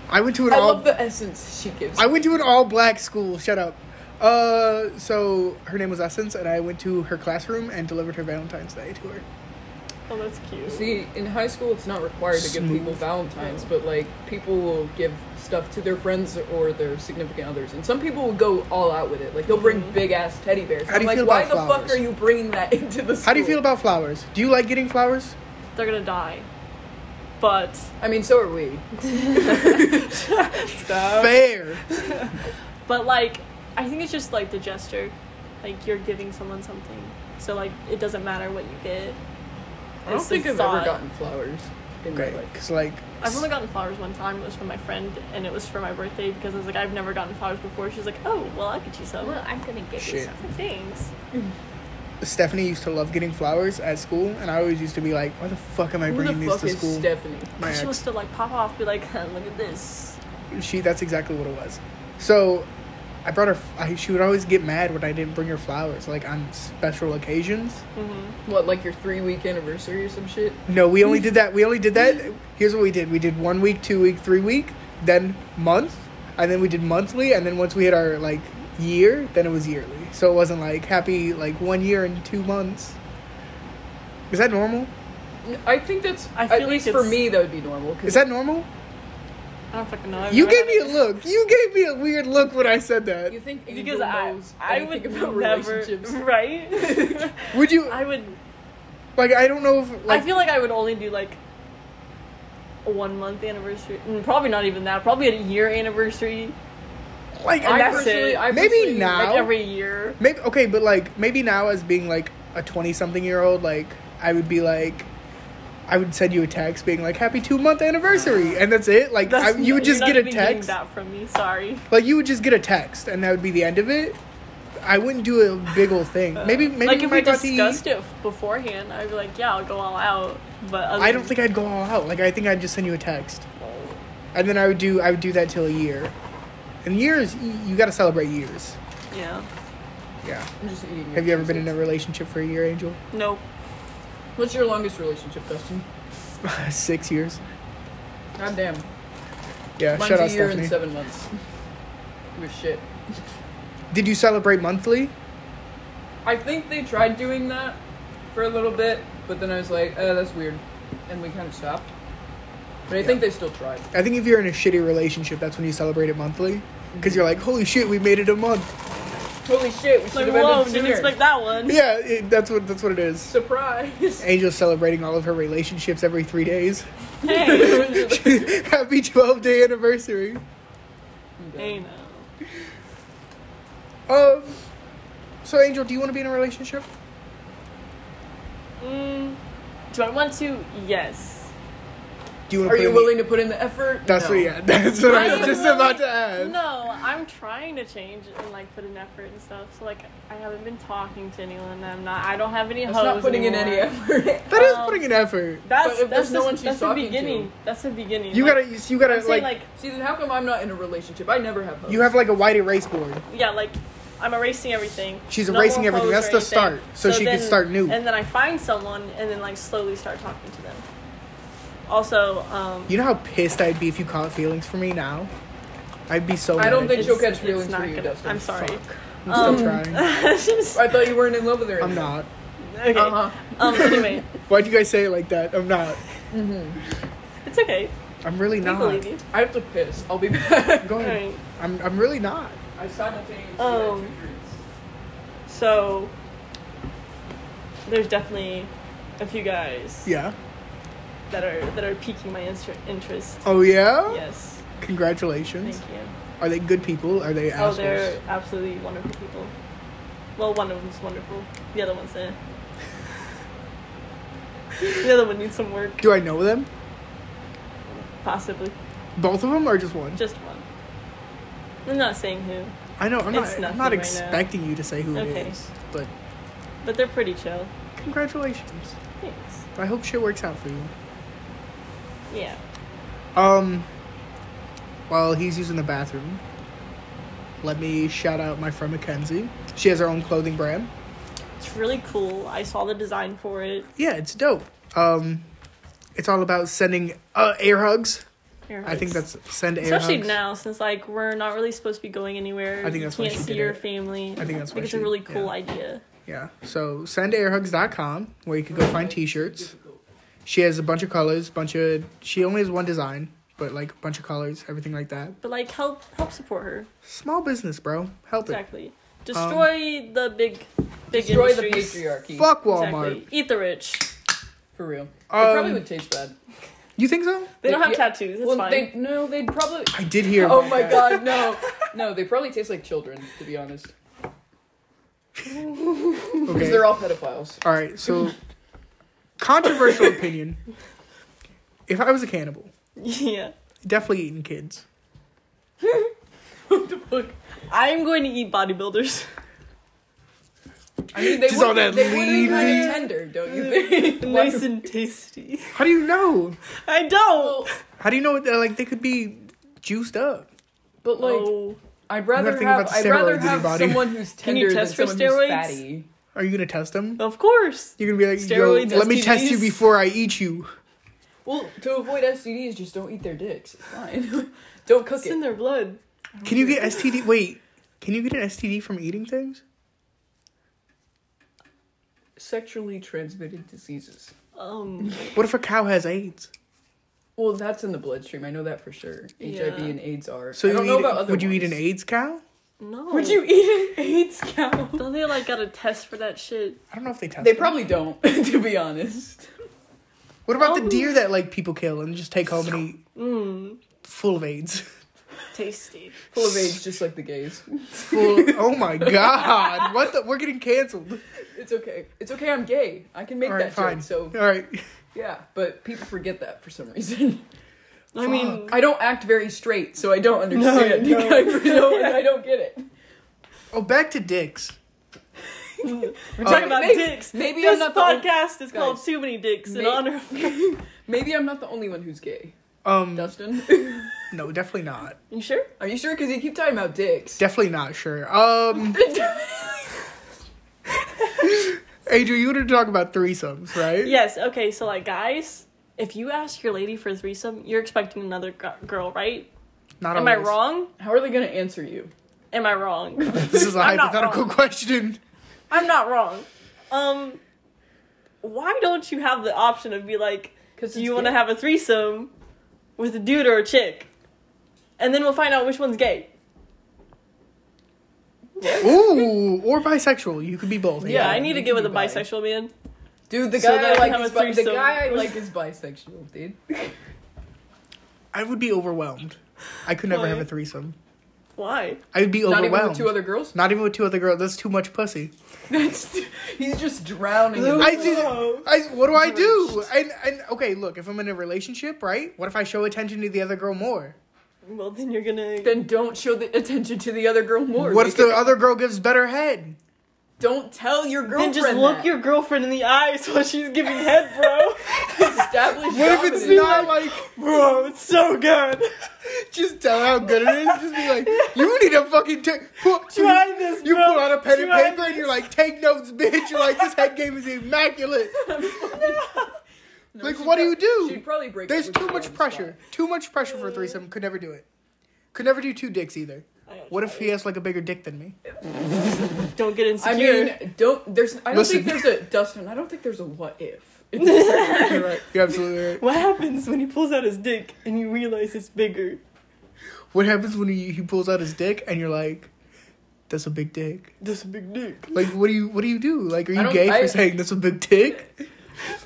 I went to an
I
all
love the essence she gives.
I went to an all black school. Shut up. Uh, so her name was Essence, and I went to her classroom and delivered her Valentine's Day to her.
Oh, that's cute.
See, in high school, it's not required to give
Smooth.
people Valentines, but like people will give stuff to their friends or their significant others, and some people will go all out with it. Like they'll bring
Mm-hmm.
big ass teddy bears.
How do
I'm
you
like,
feel
why
about
the fuck
flowers?
are you bringing that into the? School?
How do you feel about flowers? Do you like getting flowers?
They're gonna die. But
I mean, so are we.
Fair.
But like, I think it's just like the gesture, like you're giving someone something. So like, it doesn't matter what you get.
I don't
It's
think
the
I've ever
thought.
gotten flowers in
Okay,
my life.
because like
I've only gotten flowers one time. It was from my friend, and it was for my birthday because I was like, I've never gotten flowers before. She's like, Oh, well, I'll get you some. Well, I'm gonna get
Shit.
Thanks.
Stephanie used to love getting flowers at school, and I always used to be like, "Why the fuck am I
Who
bringing
the
these
fuck
to
is
school?"
Stephanie?
My
she
ex.
wants to like pop off, be like, "Huh, Look at this.
She that's exactly what it was. So I brought her. I, she would always get mad when I didn't bring her flowers, like on special occasions.
Mm-hmm.
What, like your three week anniversary or some shit?
No, we only did that. We only did that. Here's what we did: we did one week, two week, three week, then month, and then we did monthly, and then once we hit our like year, then it was yearly. So it wasn't like happy like one year and two months. Is that normal?
I think that's
I
at
feel like
least for
it's-
me that would be normal. 'cause
Is that normal?
I don't fucking know.
You gave me a look. You gave me a weird look when I said that.
you think
because I I would
about
never
relationships?
right.
Would you
I would.
like? I don't know if
I
like
feel like I would only do like a one month anniversary, mm, probably not even that. Probably a year anniversary,
like
And
I
that's
personally,
it.
I
Maybe
personally-
not.
like
Ow.
every year.
maybe okay, but like maybe now as being like a twenty something year old, like I would be like. I would send you a text being like "Happy two month anniversary" and that's it. Like I,
That's-
you would
you're
just
not
get a
even getting
text.
that from me. Sorry.
Like you would just get a text and that would be the end of it. I wouldn't do a big old thing. Maybe maybe
Uh, like
we
if we
might go out to eat.
discussed it beforehand, I'd be like, yeah, I'll go all out. But other
I don't think I'd go all out. Like I think I'd just send you a text,
Oh.
and then I would do I would do that till a year. And years, y- you got to celebrate years.
Yeah.
Yeah.
I'm just eating your
Have you ever been in a
presents.
relationship for a year, Angel?
Nope.
What's your longest relationship, Dustin?
Six years.
God damn.
Yeah.
Mine's
shut
a
up,
year
Uh, Stephanie.
and seven months. It was shit.
Did you celebrate monthly?
I think they tried doing that for a little bit, but then I was like, uh, that's weird. And we kind of stopped. But I
Yeah.
think they still tried.
I think if you're in a shitty relationship, that's when you celebrate it monthly, because you're like, holy shit, we made it a month.
Holy shit, we should
Like,
have ended
whoa,
sooner.
didn't expect that one.
Yeah, it, that's what that's what it is.
Surprise.
Angel's celebrating all of her relationships every three days.
Hey.
Happy 12 day anniversary.
hey, no.
Um, so Angel, do you want to be in a relationship?
Mm, do I want to? Yes.
Do you want
Are you
in-
willing to put in the effort?
That's
No.
what. Yeah, that's what I
I'm
was just
really-
about to ask.
No, I'm trying to change and like put in effort and stuff. So like, I haven't been talking to anyone. I'm not. I don't have any.
That's
hoes
not putting in any
anymore.
effort.
That is
Um,
putting an effort.
That's
But
that's
if there's no
the-
one she's
that's the
talking to.
beginning. That's the beginning.
You
Like,
gotta. You gotta
I'm
like,
saying, like
See, then how come I'm not in a relationship? I never have those.
You have like a white erase board.
yeah, like I'm erasing everything.
She's
No
erasing
more
everything.
photos
That's
or
the
anything.
start, so she can start new.
And then I find someone, and then like slowly start talking to them. Also, um,
You know how pissed I'd be if you caught feelings for me now. I'd be so.
I
mad
don't
at
think
you.
she'll catch feelings for
not
you,
gonna-
Dustin.
I'm sorry.
Fuck. I'm still
Um,
trying.
I thought you weren't in love with her.
I'm not.
okay.
Uh huh.
Um. Anyway,
Why'd you guys say it like that? I'm not.
it's okay.
I'm really
We
not.
believe you.
I have to piss. I'll be back.
Go ahead.
Alright.
I'm. I'm really not.
I simultaneously
Oh. had two So there's definitely a few guys
Yeah.
that are that are piquing my inter- interest.
Oh yeah.
Yes. Thank
Congratulations.
you.
Are they good people? Are they
Oh,
assholes?
they're absolutely wonderful people. Well, one of them's wonderful. The other one's there. the other one needs some work,
Do I know them?
possibly.
Both of them or just one?
Just one. I'm not saying who,
I know. I'm
It's
not.
nothing
I'm not
right now.
expecting you to say who it
Okay.
is. But
but they're pretty chill.
congratulations.
Thanks.
I hope shit works out for you.
Yeah.
Um, while he's using the bathroom, let me shout out my friend Mackenzie. She has her own clothing brand.
It's really cool. I saw the design for it.
Yeah, it's dope. Um, it's all about sending uh, air hugs.
Here,
I think
it's-
that's send air
Especially
hugs.
now, since like we're not really supposed to be going anywhere.
I think that's
you
why
can't
she
see
did
your
it.
family.
I think that's why
it's
she-
a really cool
yeah.
idea.
Yeah. So sendairhugs.com where you can go find t-shirts. She has a bunch of colors, bunch of she only has one design, but like a bunch of colors, everything like that.
But like, help help support her.
Small business, bro. Help
Exactly. Destroy the big, big
Destroy the
industries.
it.
patriarchy.
Fuck Walmart.
Exactly. Eat the rich.
For real. It
Um,
probably would taste bad.
You think so?
They don't have
Yeah.
tattoos. It's
well,
fine.
They, no, they'd probably.
I did hear.
Oh
about
my
that.
god, no. No, they probably taste like children, to be honest. Because
Okay.
they're all pedophiles.
All right, so controversial opinion. If I was a cannibal,
yeah.
definitely eating kids.
what the fuck? I'm going to eat bodybuilders.
I mean, they
Just
would,
all that
they would be
lean
kind
meat.
of tender, don't you think?
nice and tasty.
How do you know?
I don't.
Well,
How do you know that like they could be juiced up?
but like,
oh.
I'd rather
think about
have
the
I'd
steroids
rather
in your
have
body.
someone who's
Can you
tender than
test for
someone who's
steroids?
fatty.
Are you gonna test them?
Of course.
You're gonna be like,
Steroids,
Yo, let me test you
STDs.
before I eat you.
Well, to avoid STDs, just don't eat their dicks. It's fine. don't cook
It's in
it.
their blood.
Can you get STD? Wait, can you get an STD from eating things?
Sexually transmitted diseases.
Um,
What if a cow has AIDS?
Well, that's in the bloodstream. I know that for sure. HIV
Yeah.
and AIDS are.
So
I don't
you
know
eat-
about other.
would you eat an
ones.
AIDS cow?
no.
Would you eat an AIDS cow?
Don't they like got a test for that shit?
I don't know if they test.
They
them.
probably don't, to be honest.
What about the
Probably.
deer that like people kill and just take home and eat? Full of AIDS.
Mm. Tasty.
Full of AIDS, just like the gays.
Full. oh my god! What the? We're getting canceled.
It's okay. It's okay. I'm gay. I can make
All
that
right, fine.
joke. So
All right.
yeah, but people forget that for some reason.
I mean,
I don't act very straight, so I don't understand.
you don't.
I, don't, I don't get it.
Oh, back to dicks.
we're talking
Oh,
about
maybe-
dicks.
maybe I'm
this
not the only-
podcast is called
Guys.
"Too Many Dicks" in
May-
honor of
Maybe I'm not the only one who's gay.
Um,
Dustin,
no, definitely not.
You sure?
are you sure? Because you keep talking about dicks.
Definitely not. Sure. Um, Adrian, you wanted to talk about threesomes, right?
Yes. Okay. So, like, guys, if you ask your lady for a threesome, you're expecting another g- girl, right?
Not
Am I
always.
wrong?
How are they gonna answer you?
Am I wrong?
This is a
I'm not
hypothetical
wrong.
question.
I'm not wrong. Um, why don't you have the option of be like,
Because
do you want to have a threesome with a dude or a chick? And then we'll find out which one's gay.
Ooh, or bisexual. You could be both.
Yeah,
Yeah,
I need to
you
get
can
with a
be bi.
bisexual man.
dude? The
So
guy
that
I
I
like
have
is
a
bi- the
threesome.
guy I like is bisexual, dude.
I would be overwhelmed. I could never
Why?
have a threesome.
Why?
I would be
Not
overwhelmed.
even with two other girls.
Not even with two other girls. That's too much pussy.
That's he's just drowning. in
I just, I, what do I do? And, and okay, look, if I'm in a relationship, right? What if I show attention to the other girl more?
Well, then you're gonna.
Then don't show the attention to the other girl more.
What if the
because-
other girl gives better head?
Don't tell your girlfriend.
Then just look
that.
your girlfriend in the eyes while she's giving head, bro.
Establish
What if it's
dominance.
not like,
bro, it's so good.
just tell her how good it is? Just be like, you need to fucking take, pull,
Try this,
You
bro.
pull out a pen and
Try
paper and you're like, take notes, bitch. You're like, this head game is immaculate.
No,
Like,
she'd
what do
prob-
you do?
She'd probably break.
There's
up with
too
you on
much
the
pressure. Too much pressure for a threesome. Could never do it. Could never do two dicks either. What if he has like a bigger dick than me?
Don't get
spot. I
insecure.
mean, don't. There's. I don't
Listen.
think there's a Dustin. I don't think there's a what if. It's-
You're right. You're absolutely right.
what happens when he pulls out his dick and you realize it's bigger?
What happens when he, he pulls out his dick and you're like, "That's a big dick."
That's a big dick.
Like, what do you what do you do? Like, are
I
you
don't-
gay
I-
for saying that's a big dick?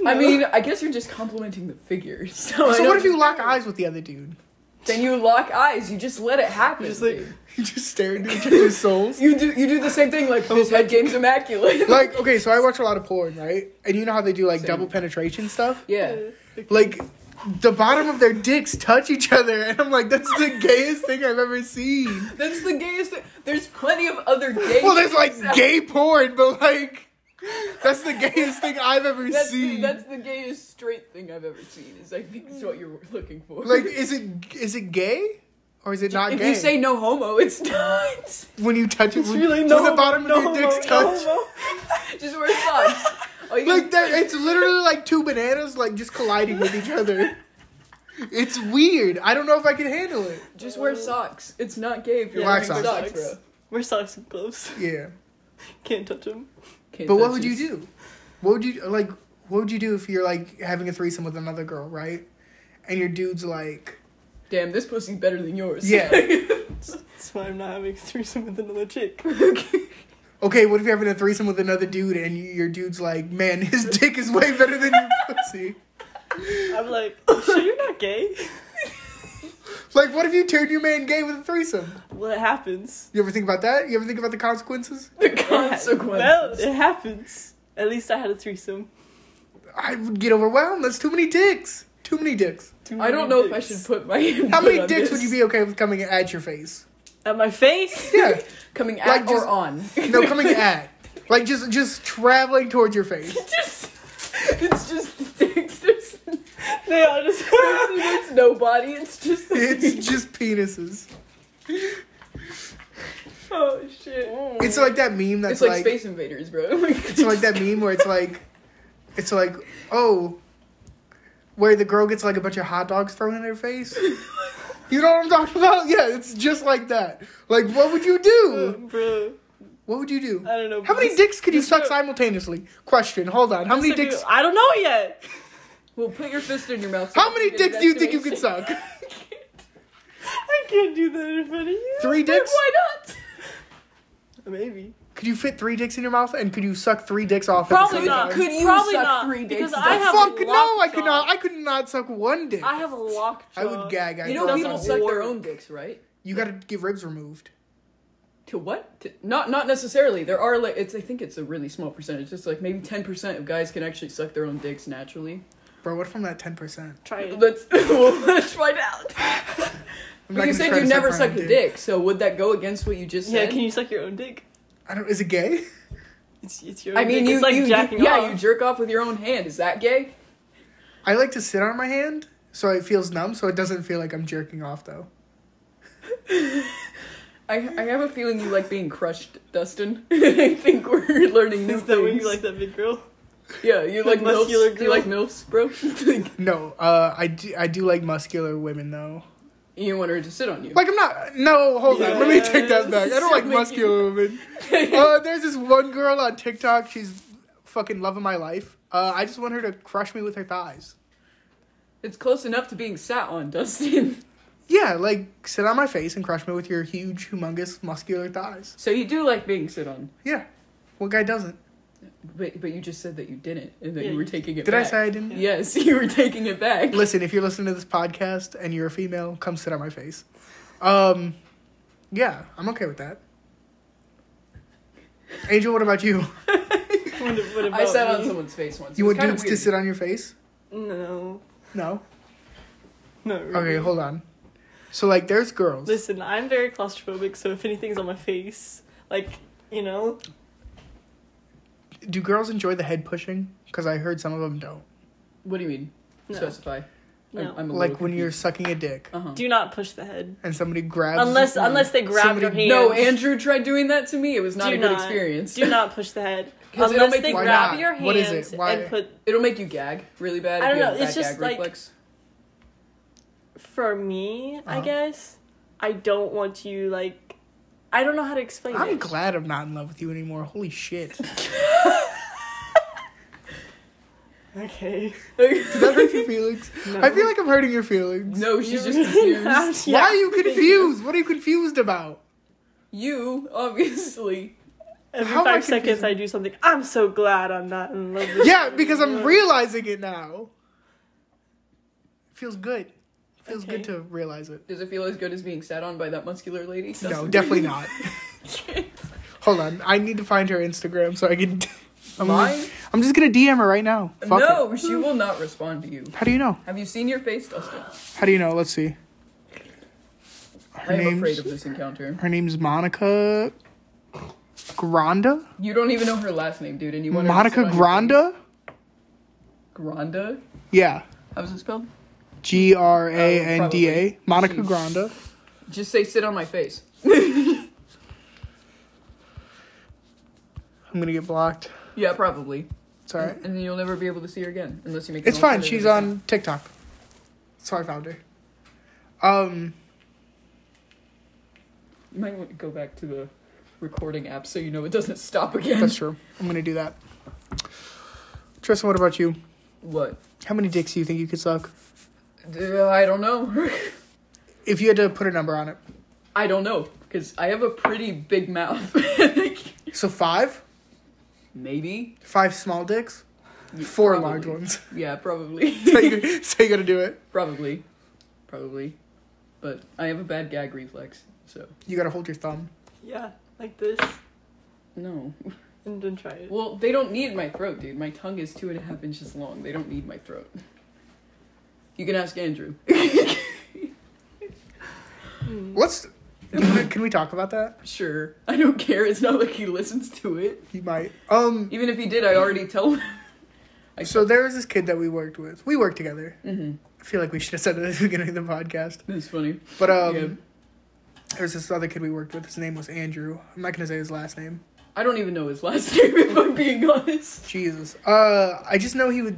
I mean, I guess you're just complimenting the figure. So, I
So what
don't-
if you lock eyes with the other dude?
Then you lock eyes. You just let it happen.
Just like-
dude.
You just stare into each other's souls.
you do. You do the same thing. Like this head game's immaculate.
Like, okay, so I watch a lot of porn, right? And you know how they do like
Same.
double penetration stuff?
yeah.
Like. The bottom of their dicks touch each other, and I'm like, that's the gayest thing I've ever seen.
That's the gayest. thing. There's plenty of other gay.
Well, there's
things
like
out-
gay porn, but like that's the gayest thing I've ever
That's the,
seen.
that's the gayest straight thing I've ever seen. Is I think is what you're looking for.
Like, is it is it gay or is it not
if
gay?
you say no homo, it's not.
when you touch it,
It's
when,
really
when
no.
the bottom
no,
of your dicks
no,
touch,
no.
Just wear socks. Oh, you
like that, it's literally like two bananas like just colliding with each other. It's weird. I don't know if I can handle it.
just wear socks. It's not gay if you're
Yeah,
wearing
wear
socks,
socks.
bro.
Wear socks and gloves.
Yeah,
Can't touch him.
Can't
but what
touch
would you
these.
do? What would you like? What would you do if you're like having a threesome with another girl, right? And your dude's like,
Damn, this pussy's better than yours.
Yeah.
That's why I'm not having a threesome with another chick.
Okay, what if you're having a threesome with another dude and you- your dude's like, man, his dick is way better than your pussy?
I'm like, oh, so you're not gay?
Like, what if you turn your man gay with a threesome?
Well, it happens.
You ever think about that? You ever think about the consequences?
the
Well,
consequences.
it happens. At least I had a threesome.
I would get overwhelmed. That's too many dicks. Too many dicks.
Too
I don't
many
know if I
dicks.
should put my.
How
input
many
on
dicks
this.
would you be okay with coming at your face?
At my face?
Yeah.
coming at
Like,
or
just-
on?
No, coming at. Like just just traveling towards your face.
just, it's just dicks. There's,
They all just.
there's no body. It's just.
It's just penises.
oh, shit.
Mm.
It's like that meme that's
It's like,
like,
Space Invaders, bro.
it's like that meme where it's like it's like, oh where the girl gets like a bunch of hot dogs thrown in her face. You know what I'm talking about? Yeah, it's just like that. Like, what would you
Uh,
do?
bro.
What would you do?
I don't know.
How many
Just-
dicks could you
just
suck
do-
simultaneously? Question. Hold on. How many
just do-
dicks?
I don't know yet.
Well, put your fist in your mouth. so
How
you
many
can
dicks do you think you could
investigate.
suck?
I can't do that in front of you.
Three dicks?
Why not? Maybe.
Could you fit three dicks in your mouth? And could you suck three dicks off?
Probably
at the same
not.
Time?
Could you
Probably
suck
not,
three dicks?
because
The
I have
Fuck no! I
lockjaw.
could not. I could not suck one dick.
I have a lockjaw.
I would gag. I
You know
think.
doesn't
people suck their
work.
own dicks, right?
You got to get ribs removed.
To what? To, not not necessarily. There are like it's. I think it's a really small percentage. It's like maybe ten percent of guys can actually suck their own dicks naturally.
Bro, what if I'm at ten percent?
Try it.
Let's let's find out. But you said you never sucked a dick, so would that go against what you just
Yeah,
said?
can you suck your own dick?
I don't. Is it gay?
It's, it's your own
I mean,
dick.
you,
it's like
you-
jacking
yeah,
off.
you jerk off with your own hand. Is that gay?
I like to sit on my hand, so it feels numb, so it doesn't feel like I'm jerking off though.
I, I have a feeling you like being crushed, Dustin. I think we're learning new
Is that when
things.
you like that big girl?
yeah, you like milfs.
muscular
Do you like
girl?
milfs, bro? Like,
No, uh, I do. I do like muscular women though.
you want her to sit on you?
Like I'm not. No, hold on. Let me take that back. I don't like
Yes.
muscular women. Uh, there's this one girl on TikTok. She's fucking loving my life. Uh, I just want her to crush me with her thighs.
It's close enough to being sat on, Dustin.
Yeah, like sit on my face and crush me with your huge, humongous, muscular thighs.
So you do like being sit on,
Yeah, what guy doesn't?
but but you just said that you didn't, and that
Yeah,
you were
you-
taking it.
Did I
back.
say I didn't?
Yes, you were taking it back.
Listen, if you're listening to this podcast and you're a female, come sit on my face. Um, yeah, I'm okay with that. Angel, what about you?
What, what about
I sat on
me?
someone's face once.
You
It's
want
kinda
dudes to
weird.
sit on your face?
No.
No.
No. Really.
Okay, hold on. So like, there's girls.
Listen, I'm very claustrophobic, so if anything's on my face, like, you know,
Do girls enjoy the head pushing? Because I heard some of them don't.
What do you mean?
No.
Specify.
no.
I'm, I'm a
Like when you're sucking a dick
Uh huh.
do not push the head.
and somebody grabs.
Unless unless they grab your hand.
Somebody-
No, Andrew tried doing that to me. It was not
Do
a good
not.
experience.
Do not push the head.
'Cause it'll
Unless
make
they
you- Why
grab
not?
your hands
What is it? Why-
and put
It'll make you gag really bad.
I
if
don't
you
know,
Have a
it's
bad
just
gag
like-
reflex.
for me, I
Uh-huh.
guess. I don't want you like I don't know how to explain
I'm
it.
glad I'm not in love with you anymore. Holy shit! Did
okay.
that hurt your feelings?
No.
I feel like I'm hurting your feelings.
no, she's just
You're not-
confused.
Yeah.
Why are you confused? What are you confused about?
you obviously.
Every
How am I
five seconds
confusing?
I do something. I'm so glad I'm not in love with
Yeah,
you
because I'm
anymore.
realizing it now. Feels good. Feels
Okay.
good to realize it.
Does it feel as good as being sat on by that muscular lady?
No, definitely not. Hold on, I need to find her Instagram so I can. I'm,
Mine?
gonna- I'm just gonna DM her right now. Fuck it.
no, she will not respond to you.
How do you know?
Have you seen your face, Dustin?
How do you know? Let's see. Her
I am afraid
name's
of this encounter.
her name's Monica Granda.
You don't even know her last name, dude, and you want her to
Monica
sit on your
Granda.
face? Granda.
Yeah,
How's it spelled?
G R A N D
Oh, probably.
A. Monica
Jeez.
Granda.
Just say sit on my face.
I'm gonna get blocked.
Yeah, probably.
It's alright.
And then you'll never be able to see her again unless you make. an
It's fine.
alternative
She's
account.
on TikTok. That's how I found her. Um,
You might want to go back to the recording app so you know it doesn't stop again.
that's true. I'm gonna do that. Tristan, what about you?
What?
How many dicks do you think you could suck?
Uh, I don't know.
If you had to put a number on it,
I don't know because I have a pretty big mouth.
so five,
Maybe.
five small dicks, four
Probably.
large ones.
Yeah, probably.
so you so you gotta do it.
probably. Probably. But I have a bad gag reflex, so
You gotta hold your thumb.
Yeah, like this.
no.
And then try it.
Well, they don't need my throat, dude. My tongue is two and a half inches long. They don't need my throat. You can ask Andrew.
Hmm.
Let's. Can we, can we talk about that?
Sure. I don't care. It's not like he listens to it.
You might. Um.
Even if he did, I already tell him.
So there was this kid that we worked with. We worked together.
mm-hmm.
I feel like we should have said that at the beginning of the podcast.
That's funny.
But um,
Yeah.
there's this other kid we worked with. His name was Andrew. I'm not gonna say his last name.
I don't even know his last name if I'm being honest.
Jesus. Uh, I just know he would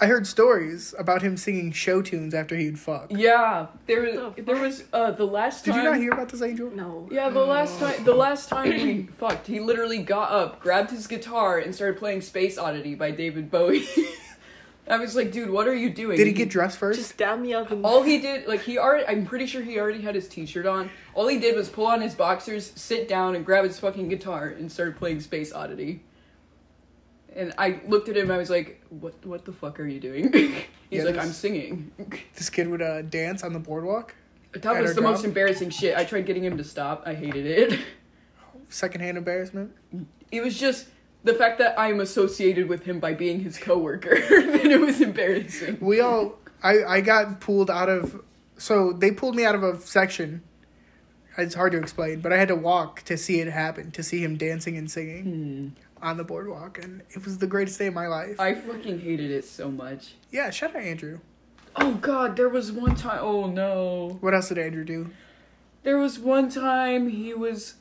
I heard stories about him singing show tunes after he'd fuck.
Yeah, there was
The
there was uh the last
Did
time.
you not hear about this, Angel?
No.
Yeah, the last time the last time we fucked, he literally got up, grabbed his guitar, and started playing Space Oddity by David Bowie. I was like, dude, what are you doing?
Did he get dressed first?
Just dab me up and
Oh.
All he did, like he already, I'm pretty sure he already had his T-shirt on. All he did was pull on his boxers, sit down, and grab his fucking guitar and started playing Space Oddity. And I looked at him. I was like, "What? What the fuck are you doing?" He's
Yeah,
like,
this-
"I'm singing."
this kid would uh, dance on the boardwalk.
That was
her
the
job?
most embarrassing shit. I tried getting him to stop. I hated it.
Secondhand embarrassment.
It was just the fact that I'm associated with him by being his coworker. that it was embarrassing.
We all. I I got pulled out of. So they pulled me out of a section. It's hard to explain, but I had to walk to see it happen, to see him dancing and singing
Hmm.
on the boardwalk, and it was the greatest day of my life.
I fucking hated it so much.
yeah, shut up, Andrew.
Oh god, there was one time. Oh no.
What else did Andrew do?
There was one time he was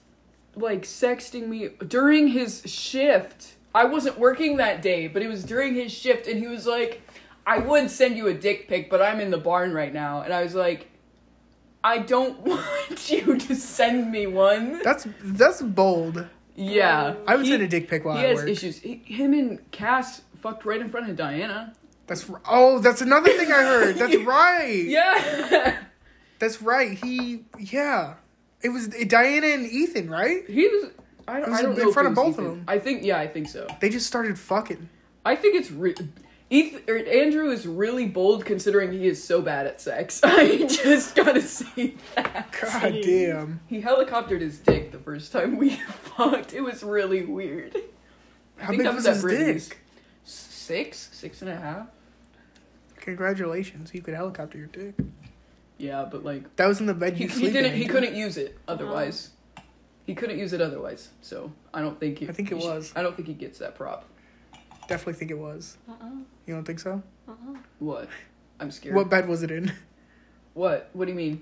like sexting me during his shift. I wasn't working that day, but it was during his shift, and he was like, I would send you a dick pic, but I'm in the barn right now. And I was like, I don't want you to send me one.
That's that's bold.
Yeah.
I was
He-
in a dick pic while
he
I
has
work.
issues. He, him and Cass fucked right in front of Diana.
That's r- oh, that's another thing I heard. That's right.
Yeah,
That's right. He yeah. It was Diana and Ethan, right?
he was. I don't,
It was
I don't
in
know if
front
it
of
was
both of
Ethan.
them.
I think. Yeah, I think so.
They just started fucking.
I think it's. Re- Ethan, or Andrew is really bold considering he is so bad at sex. I just gotta say that.
God
Jeez.
damn.
He helicoptered his dick the first time we fucked. It was really weird.
How big was his
Brittany's.
dick?
Six? Six and a half?
Congratulations, you could helicopter your dick.
Yeah, but like.
That was in the bed
he,
you
he
sleep in.
didn't he couldn't use it otherwise he couldn't use it otherwise so i don't think he
I think it
he should-
was.
i don't think he gets that prop
Definitely think it was.
Uh-uh.
You don't think so?
what i'm scared
What
what
bed was it in?
what, do you mean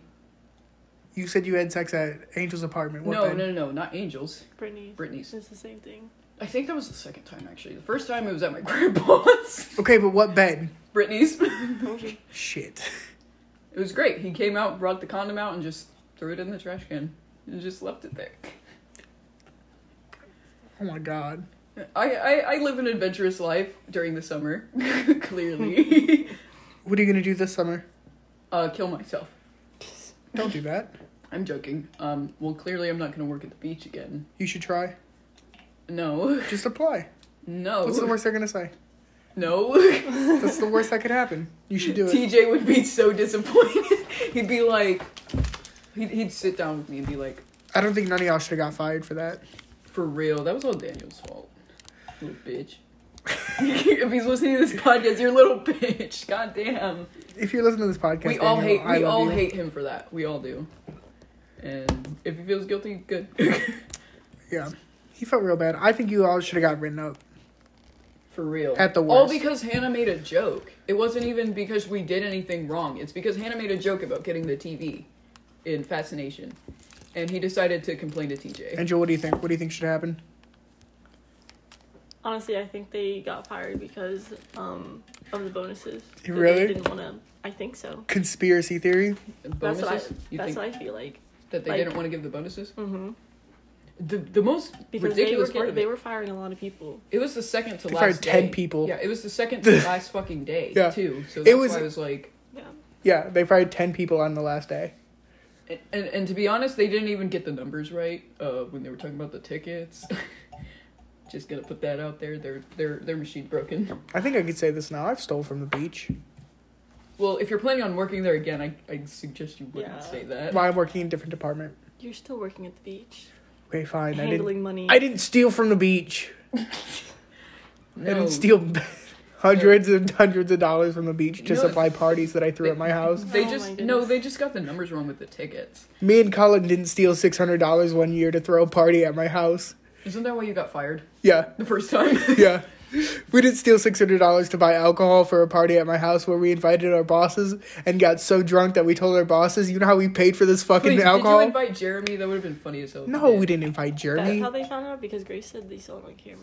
You said you had sex at Angel's apartment. What
no
bed?
no no no not angels
Brittany.
Brittany's.
It's the same thing.
i think that was the second time actually the first time it was at my grandpa's
Okay, but what bed?
Brittany's.
Shit.
it was great he came out brought the condom out and just threw it in the trash can and just left it there
Oh my god.
I, I, I live an adventurous life during the summer, clearly.
What are you gonna do this summer?
uh, kill myself.
Don't do that.
I'm joking. Um, well, clearly I'm not going to work at the beach again.
You should try.
No,
Just apply.
no,
What's the worst they're gonna say?
no.
That's the worst that could happen. You should do it.
TJ would be so disappointed. he'd be like, he'd, he'd sit down with me and be like,
I don't think none of y'all should have got fired for that.
for real, that was all Daniel's fault. Little bitch. if he's listening to this podcast, you're a little bitch. God damn.
If you're listening to this podcast,
We all
Daniel,
hate.
I
We
love
all
you.
hate him for that. We all do. And if he feels guilty, good.
Yeah, he felt real bad. I think you all should have got written up.
For real.
At the
All
worst.
because Hannah made a joke. It wasn't even because we did anything wrong. It's because Hannah made a joke about getting the TV in Fascination. And he decided to complain to TJ.
Angel, what do you think? What do you think should happen?
Honestly, I think they got fired because um, of the bonuses. that they
Really?
didn't want to. I think so.
Conspiracy theory.
And
That's
bonuses?
what I.
you
that's
think
what I feel like.
that they
like-
didn't want to give the bonuses?
hmm
The, the most
Because they were
ridiculous part
getting,
of
they
it.
were firing a lot of people.
It was the second to
They
last
fired 10
day.
people.
Yeah, it was the second to last fucking day,
Yeah.
too. So
It
that's
was-
why I was like.
Yeah.
Yeah, they fired ten people on the last day.
And, and, and to be honest, they didn't even get the numbers right uh, when they were talking about the tickets. Just gonna put that out there. Their their their machine broken.
I think I could say this now. I've stole from the beach.
Well, if you're planning on working there again, I, I suggest you wouldn't
Yeah.
say that.
While I'm working in a different department.
You're still working at the beach,
Okay, fine. I didn't.
handling money.
I didn't steal from the beach.
no,
I didn't steal hundreds and hundreds of dollars from the beach to
You know-
supply parties that I threw at my house.
They
Oh my
just
goodness.
no, they just got the numbers wrong with the tickets.
Me and Colin didn't steal six hundred dollars one year to throw a party at my house.
Isn't that why you got fired
Yeah.
the first time?
yeah. We didn't steal six hundred dollars to buy alcohol for a party at my house where we invited our bosses and got so drunk that we told our bosses, "You know how we paid for this fucking
Wait,
alcohol?"
Did you invite Jeremy? That would have been funny as hell. if you
no,
did.
we didn't invite
That's
Jeremy.
how they found out because Grace said they saw it on camera.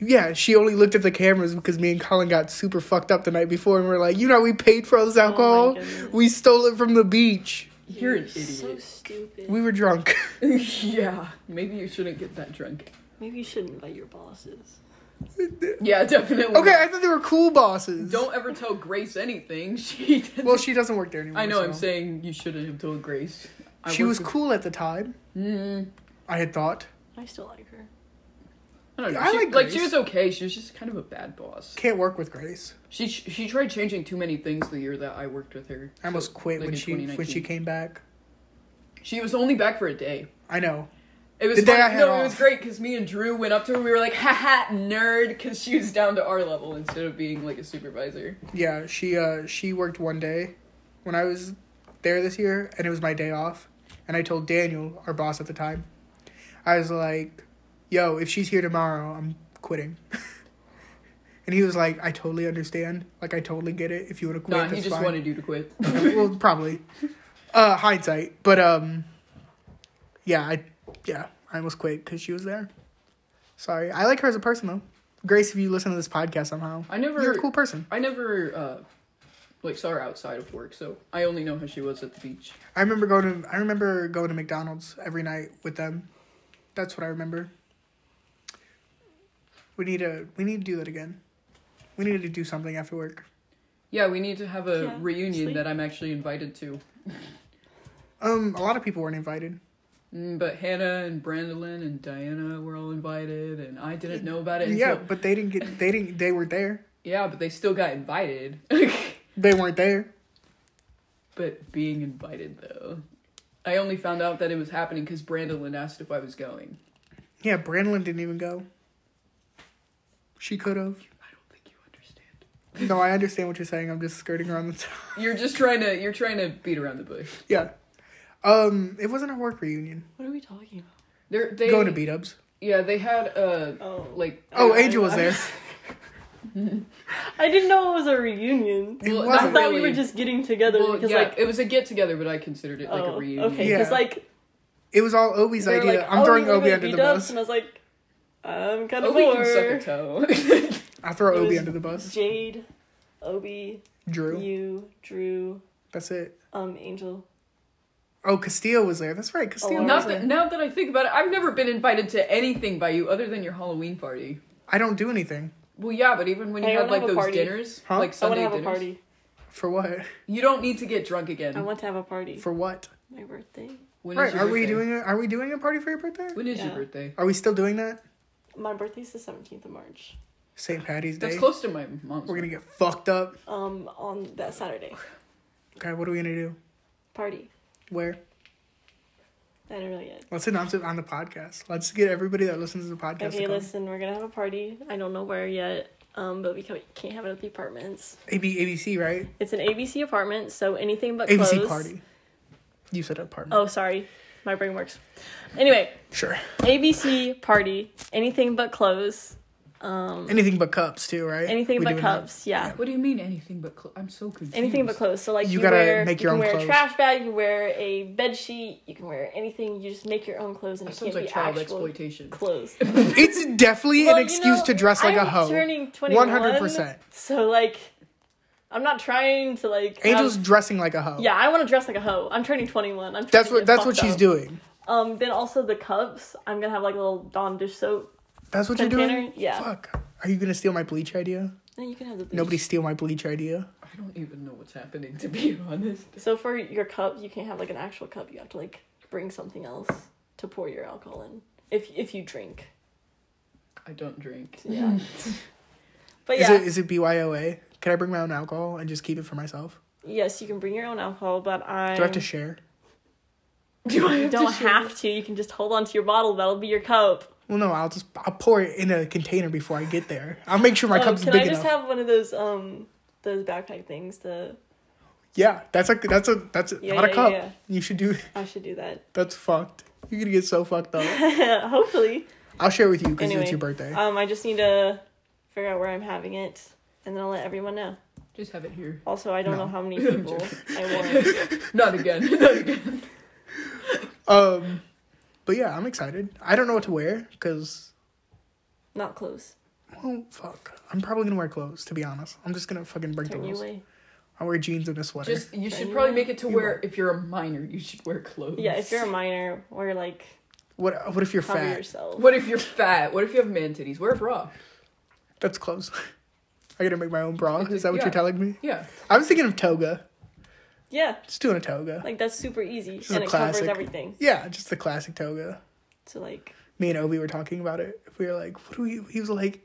Yeah, she only looked at the cameras because me and Colin got super fucked up the night before and we are like, you know, we paid for all
Oh
this alcohol.
goodness.
we stole it from the beach.
You're an
So
idiot.
stupid.
We were drunk.
yeah, maybe you shouldn't get that drunk.
Maybe you should invite your bosses.
Yeah, definitely.
okay, I
not.
thought they were cool bosses.
Don't ever tell Grace anything. She. Didn't.
Well, she doesn't work there anymore.
I know.
so.
I'm saying you shouldn't have told Grace. I
She
work
was
with-
cool at the time.
Mm,
I had thought.
I still like her.
I don't know.
I
she,
like
like she
Grace.
was okay. She was just kind of a bad boss.
Can't work with Grace.
She she tried changing too many things the year that I worked with her.
I almost
So,
quit
like
when
in
she when she
2019.
came back.
She was only back for a day.
I know.
It was
The day
fun-
I had
no, it was
off.
great because me and Drew went up to her. We were like, "Ha ha, nerd," because she was down to our level instead of being like a supervisor.
Yeah, she uh she worked one day when I was there this year and it was my day off and I told Daniel, our boss at the time, I was like, Yo, if she's here tomorrow, I'm quitting. and he was like, I totally understand. Like I totally get it. If you want to quit,
Nah,
that's
he just
fine.
wanted you to quit.
well, probably. Uh hindsight. But um yeah, I yeah, I almost quit cuz she was there. Sorry. I like her as a person though. Grace, if you listen to this podcast somehow,
I never.
you're a cool person.
I never uh, like saw her outside of work, so I only know how she was at the beach.
I remember going to I remember going to McDonald's every night with them. That's what I remember. We need to we need to do that again. We need to do something after work.
Yeah, we need to have a
Yeah,
reunion
sleep.
that I'm actually invited to.
Um, a lot of people weren't invited.
Mm, But Hannah and Brandolyn and Diana were all invited, and I didn't know about it. Until,
Yeah, but they didn't get they didn't they weren't there.
yeah, but they still got invited.
They weren't there.
but being invited though, I only found out that it was happening because Brandolyn asked if I was going.
Yeah, Brandlin didn't even go. She could have.
I don't think you understand.
No, I understand what you're saying. I'm just skirting around the top.
You're just trying to you're trying to beat around the bush.
Yeah. Um, it wasn't a work reunion.
What are we talking about?
They're they
Going to beat ups.
Yeah, they had a
Oh.
like.
Oh,
I-
Angel was
I-
there.
I didn't know it was a reunion.
It
Well,
I
wasn't.
thought we were
really.
just getting together
Well,
because
yeah,
like
it was a get together, but I considered it like
oh,
a reunion.
okay,
Yeah.
because like
It was all Obi's
they were
idea.
like,
I'm
oh,
throwing
we were
Obi
gonna
under the
beat ups,
bus.
and I was like, I'm kind of
Obi can suck a
bored.
toe.
I throw
It
Obi
was-
under the bus.
Jade, Obi,
Drew.
you, Drew,
That's it.
um, Angel.
Oh, Castillo was there. That's right. Castillo.
Oh,
was
Not
okay.
that,
there.
now that I think about it, I've never been invited to anything by you other than your Halloween party.
I don't do anything.
Well, yeah, but even when you
Hey, I
had
wanna
like
have a
those
party.
dinners,
Huh?
like
I want
Sunday
to have
dinners,
a party.
For what?
you don't need to get drunk again.
I want to have a party.
For what?
My birthday.
When is
right.
your
Are we
birthday?
doing? A, are we doing a party for your birthday?
When is your
Yeah.
birthday?
Are we still doing that?
My birthday's the seventeenth of March.
St. Patty's Day.
That's close to my mom's.
We're gonna get fucked up.
Um, on that Saturday
Okay. What are we gonna do?
party.
Where?
I don't know yet.
Let's announce it on the podcast. Let's get everybody that listens to the podcast.
Okay,
to come.
listen, we're gonna have a party. I don't know where yet. Um, but we ca- can't have it at the apartments.
AB, ABC, right?
It's an ABC apartment, so anything but
ABC
clothes.
party. You said apartment.
Oh, sorry, my brain works. Anyway,
Sure.
ABC party, anything but clothes, um,
Anything but cups too, right?
anything
We
but
doing that?
cups. Yeah.
What do you mean anything but clothes? I'm so confused.
Anything but clothes. So like
You
you,
gotta
wear,
make
make
your
your you
own
can wear
clothes.
a trash bag, you wear a bed sheet, you can wear anything. You just make your own clothes, and
That
it
sounds
can't
like
be
child
actual
exploitation.
clothes.
It's definitely
Well,
an
you
excuse
know,
to dress like
I'm
a hoe.
Turning 21,
100%.
So like, I'm not trying to like. have-
Angel's dressing like a hoe.
yeah, I want to dress like a hoe. I'm turning 21. I'm. trying
That's
to
what
get
that's what
fucked
she's
up.
doing.
Um. Then also the cups. I'm gonna have like a little Dawn dish soap.
That's what you're doing.
Container? Yeah.
Fuck. Are you gonna steal my bleach idea?
No, you can have the. Bleach.
Nobody steal my bleach idea.
I don't even know what's happening to be honest.
So for your cup, you can't have like an actual cup. You have to like bring something else to pour your alcohol in. If if you drink.
I don't drink.
Yeah. but
Is
yeah.
it is it BYOA? Can I bring my own alcohol and just keep it for myself?
yes, you can bring your own alcohol, but I
Do I have to share?
Do I
you
have
don't
to share
have to. You can just hold on to your bottle. That'll be your cup.
Well, no. I'll just I'll pour it in a container before I get there. I'll make sure my
Oh,
cup's
can
big
I
enough.
just have one of those um those backpack things? The
yeah, that's a that's a that's a,
Yeah,
not a
yeah,
cup.
yeah.
You should do.
I should do that.
That's fucked. You're gonna get so fucked up.
Hopefully.
I'll share with you because
Anyway,
it's your birthday.
Um, I just need to figure out where I'm having it, and then I'll let everyone know.
it? Just have it here.
Also, I don't
No.
know how many people I want.
Not again. Not again.
um, but yeah, I'm excited. I don't know what to wear because
Not close.
Well, Oh, fuck. I'm probably gonna wear clothes, to be honest. I'm just gonna fucking break the
Turn you
rules.
away.
I wear jeans and a sweater.
Just you should
Anyway,
probably make it to
you
where if you're a minor, you should wear clothes.
Yeah, if you're a minor or like
what? What if you're
cover
fat?
yourself.
What if you're fat? What if you have man titties? Wear a bra.
That's clothes. I gotta make my own bra. Is that what
Yeah.
you're telling me?
Yeah.
I was thinking of toga.
Yeah,
Just doing a toga.
like that's super easy
a
and it
classic.
covers everything.
yeah, just the classic toga.
So like
Me and Obi were talking about it. We were like, "What do we?" He was like,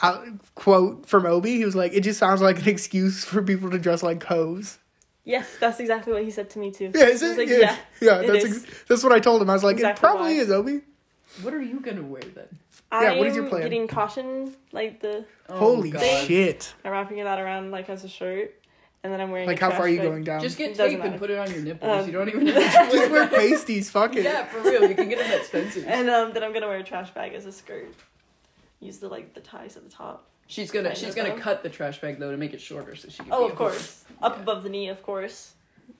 I, "Quote from Obi." He was like, "It just sounds like an excuse for people to dress like hoes."
yes, that's exactly what he said to me too.
Yeah, is
I was
it?
like,
yeah,
yeah,
yeah.
it
that's
is.
Ex- that's what I told him. I was like, "It
Exactly
probably
why.
is Obi."
What are you gonna wear then?
Yeah, what is your
I'm
plan?
Getting caution like the
Oh,
Holy
God.
shit!
I'm wrapping it out around like as a shirt, and then I'm wearing
Like,
a
how
trash
far are you
bag.
going down?
Just
It
get
doesn't
tape and
matter.
put it on your nipples.
Um,
you don't even have to
Just
wear
wear pasties. Fuck it.
Yeah, for real. You can get them at Spencer's.
And um, then I'm gonna wear a trash bag as a skirt. Use the like the ties at the top.
she's gonna
I
she's
know
gonna
them.
cut the trash bag though to make it shorter so she can
Oh,
be
of course, up
Yeah.
above the knee, of course.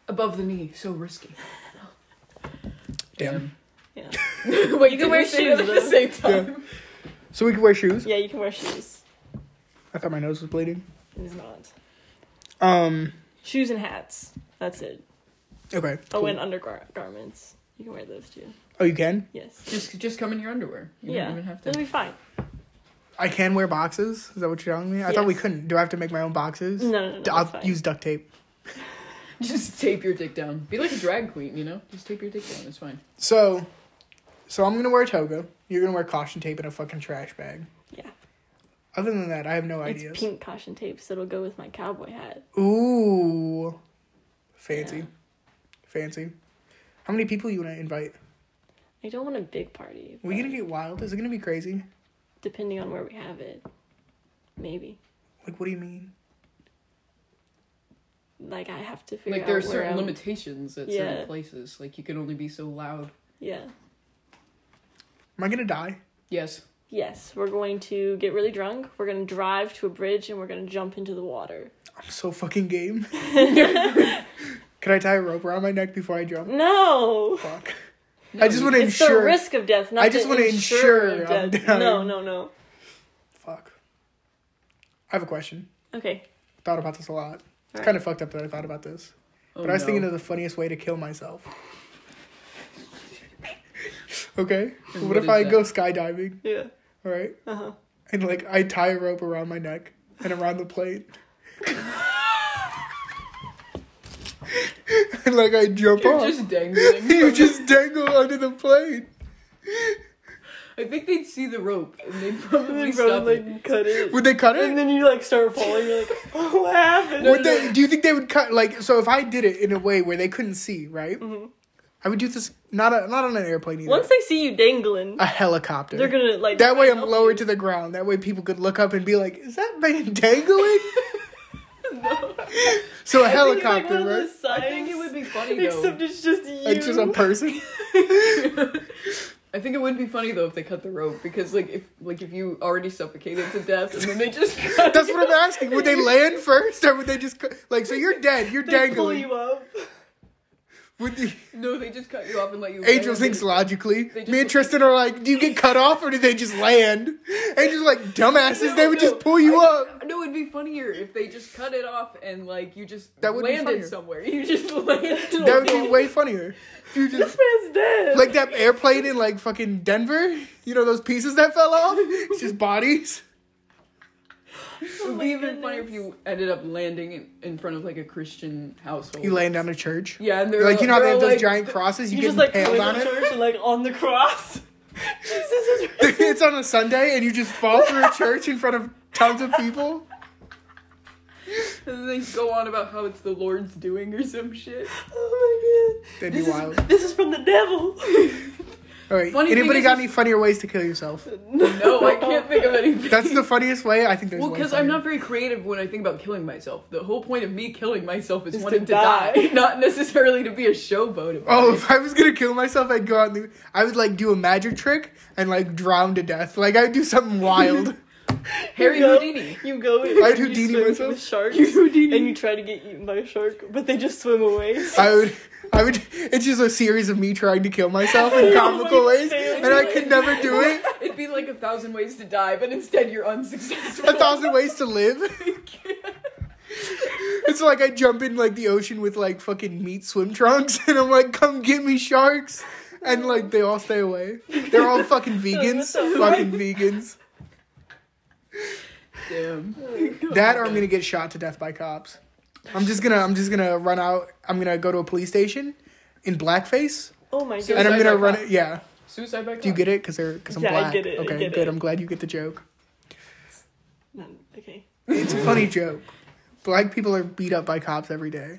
above the knee. So risky.
Damn.
Yeah,
Wait,
You can
did
wear
say that
shoes,
at
though.
the same time.
So we could wear shoes.
yeah, you can wear shoes.
I thought my nose was bleeding.
It is not
Um.
shoes and hats. That's it.
Okay.
Oh,
cool.
and undergarments. You can wear those too.
oh, you can.
Yes.
Just just come in your underwear. You
yeah.
don't even have
It'll
to.
be fine.
I can wear boxes. Is that what you're telling me? I thought we
Yes.
couldn't. Do I have to make my own boxes?
No, no, no.
I'll
That's fine.
use duct tape.
Just tape your dick down. Be like a drag queen, you know. Just tape your dick down. It's fine.
So, so I'm gonna wear a toga. You're gonna wear caution tape and a fucking trash bag.
Yeah.
Other than that, I have no
it's
ideas.
pink caution tape, so it'll go with my cowboy hat.
Ooh, fancy,
Yeah.
fancy. How many people you wanna invite?
I don't want a big party.
we
but
gonna get wild? Is it gonna be crazy?
depending on where we have it. Maybe.
Like, what do you mean?
Like I have to figure
Like there are
out where
certain
I'm-
limitations at
Yeah.
certain places. Like you can only be so loud.
Yeah.
Am I gonna die?
Yes.
Yes, we're going to get really drunk. We're going to drive to a bridge and we're going to jump into the water.
I'm so fucking game. Can I tie a rope around my neck before I jump?
No.
Fuck.
No,
I just
you-
want to
It's
ensure.
the risk of death, not
I just
the
wanna
insurer
ensure
of
I'm
death.
dying.
No, no, no.
Fuck. I have a question.
Okay.
Thought about this a lot. It's
All
kind of fucked up that I thought about this.
Oh,
but I was
no.
thinking of the funniest way to kill myself. okay.
And
What,
what
if
is
I
that?
go skydiving,
Yeah.
all right?
Uh-huh.
And like I tie a rope around my neck and around the plate. and like I jump
You're
off.
just dangling.
you just dangle under the plate.
I think they'd see the rope and they'd probably,
And then
stop
probably
it.
like cut it.
Would they cut it?
and then you like start falling. You're like, oh, what happened?
Would they, do you think they would cut like so? If I did it in a way where they couldn't see, right? I would do this not a, not on an airplane either.
Mm-hmm. Once they see you dangling,
a helicopter.
they're gonna like.
that way, I'm
help
lower
you.
to the ground. That way, people could look up and be like, "Is that man dangling?" So a
It's like
helicopter,
one of
right?
those
I think it
signs,
would be funny though.
Except it's just you.
Like just a person.
I think it would be funny though if they cut the rope because like if like if you already suffocated to death and then they just cut
That's what I'm asking. Would they land first, or would they just cut- like? So you're dead. You're
they pull
dangling.
you up.
Would the
no they just cut you off and let you
Angel
land.
thinks logically.
just-
Me and Tristan are like, "Do you get cut off, or do they just land?" Angel's like, "Dumbasses,
No,
they would
no.
just pull you up."
No, it'd be funnier if they just cut it off and like you just
That would be funnier.
landed somewhere. You just landed.
That would be way funnier. You just
This man's dead.
like that airplane in like fucking Denver. You know those pieces that fell off? It's just bodies.
it would
Oh my
be even
goodness.
funnier if you ended up landing in, in front of like a Christian household.
You land on a church.
Yeah, and they're
Like you know how they
they're
have those
like-
giant crosses? You,
you
get
just like
impaled
going
on
to
it.
church and like on the cross. Jesus is risen.
it's on a Sunday and you just fall through a church in front of tons of people.
And then they go on about how it's the Lord's doing or some shit.
Oh my god.
That'd be
this
wild.
Is, this is from the devil.
All right.
Funny
Anybody
thing
got
is-
any funnier ways to kill yourself?
No, I can't think of anything.
That's the funniest way. I think there's
well,
way
because I'm
funnier.
not very creative when I think about killing myself. The whole point of me killing myself is,
to
wanting to
die.
die. not necessarily to be a showboat. About
Oh,
it.
if I was gonna kill myself, I'd go out and do, I would like do a magic trick and like drown to death. Like I'd do something wild.
Harry
You go-
Houdini.
You go in.
I'd
you
Houdini
swim
myself.
With sharks.
You Houdini.
And you try to get eaten by a shark, but they just swim away.
I would, I would. It's just a series of me trying to kill myself in
Oh
comical
my
ways,
goodness.
and I could never do it.
It's It'd be like a thousand ways to die, but instead you're unsuccessful.
A thousand ways to live. it's like I jump in like the ocean with like fucking meat swim trunks, and I'm like, "Come get me, sharks!" And like they all stay away. They're all fucking vegans. fucking vegans.
Damn.
That or I'm gonna get shot to death by cops. I'm just gonna I'm just gonna run out. I'm gonna go to a police station in blackface,
Oh my
So
god.
and I'm
Suicide
gonna
by
run.
cop.
Yeah.
Suicide by cop.
Do you get it? Because they're because I'm
Yeah, I
black.
get it, I
Okay,
get
good.
it.
I'm glad you get the joke.
No, okay.
It's a funny joke. Black people are beat up by cops every day.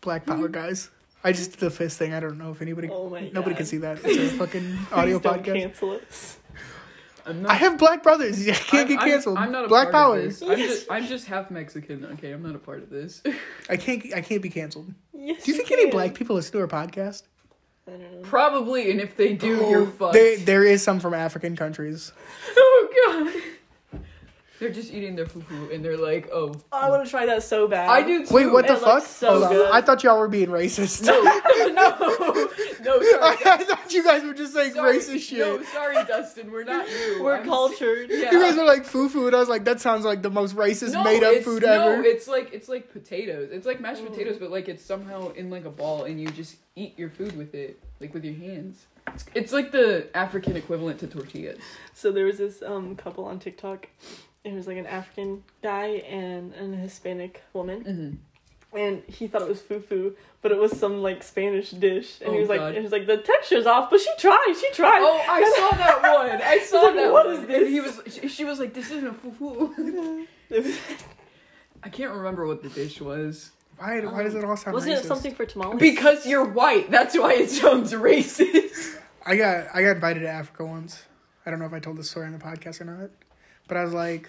Black power guys. I just did the fist thing. I don't know if anybody
Mm-hmm. Oh my
nobody
God.
can see that. It's a fucking audio
Please don't
podcast.
cancel us.
I'm not,
I have black brothers. I can't
I'm-
get
I'm-
canceled.
I'm, not a
black
part
power.
of this. I'm
Yes.
just, I'm just half Mexican. Okay, I'm not a part of this.
I can't I can't be canceled.
Yes,
Do you think any
can.
black people listen to our podcast?
I don't know.
Probably, and if they do, you're fucked.
There Oh, there is some from African countries.
oh god. They're just eating their fufu, and they're like, oh.
I want to try that so bad.
I do too.
Wait, what
It
the
looks
fuck?
so good.
I thought y'all were being racist.
No, no, no. Sorry,
I thought you guys were just saying
sorry,
racist shit.
No, sorry, Dustin. We're not you.
We're
I'm-
cultured.
Yeah.
You guys were like foo foo, and I was like, that sounds like the most racist made up
it's-
food
no,
ever. Oh.
it's like it's like potatoes. It's like mashed potatoes, but like it's somehow in like a ball, and you just eat your food with it, like with your hands. It's, it's like the African equivalent to tortillas.
So there was this um couple on TikTok. It was like an African guy and an Hispanic woman,
Mm-hmm.
and he thought it was fufu, but it was some like Spanish dish, and
Oh,
he was like,
God.
and he was like, the texture's off, but she tried, she tried.
Oh, I saw that one. I saw
like,
that.
"What
one."
is
And
this?
He was. She, she was like, "This isn't a fufu."
It was-
I can't remember what the dish was.
why, why does it all sound
wasn't
racist?
it something for tamales?
Because you're white, that's why it sounds racist.
I got I got invited to Africa once. I don't know if I told this story on the podcast or not, but I was like,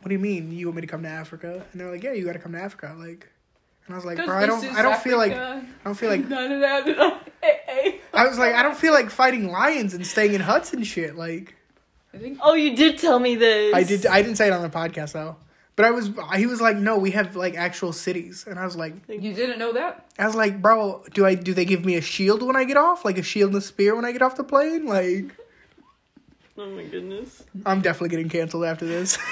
"What do you mean you want me to come to Africa?" And they're like, "Yeah, you got to come to Africa." Like, and I was like, "Bro, I don't I don't feel like I don't feel like
none of that. None of that.
I was like I don't feel like fighting lions and staying in huts and shit." Like,
I think
oh, you did tell me this.
I did I didn't say it on the podcast though. But I was he was like, "No, we have like actual cities," and I was like,
you didn't know that.
I was like, bro, do I do they give me a shield when I get off? Like a shield and a spear when I get off the plane? Like
Oh my goodness.
I'm definitely getting canceled after this.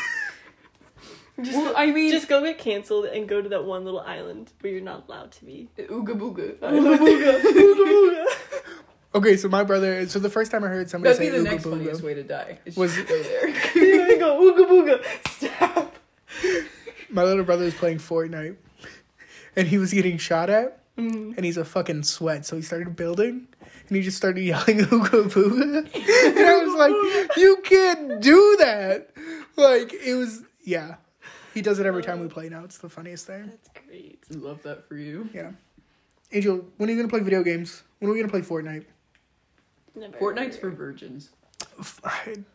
Just,
Well, I mean,
just go get canceled and go to that one little island where you're not allowed to be.
ooga booga.
okay, so my brother so the first time I heard somebody
That'd be
say
the
Ooga
next
Booga-
funniest way to die. It's
Was-
just go there.
Here we go, ooga booga, stab.
my little brother was playing Fortnite and he was getting shot at
Mm.
and he's a fucking sweat, so he started building and he just started yelling Ooga Booga. and I was like, You can't do that. Like it was yeah. He does it every time we play now, it's the funniest thing.
That's great.
Love that for you.
Yeah. Angel, when are you gonna play video games? When are we gonna play Fortnite?
Never.
Fortnite's for virgins.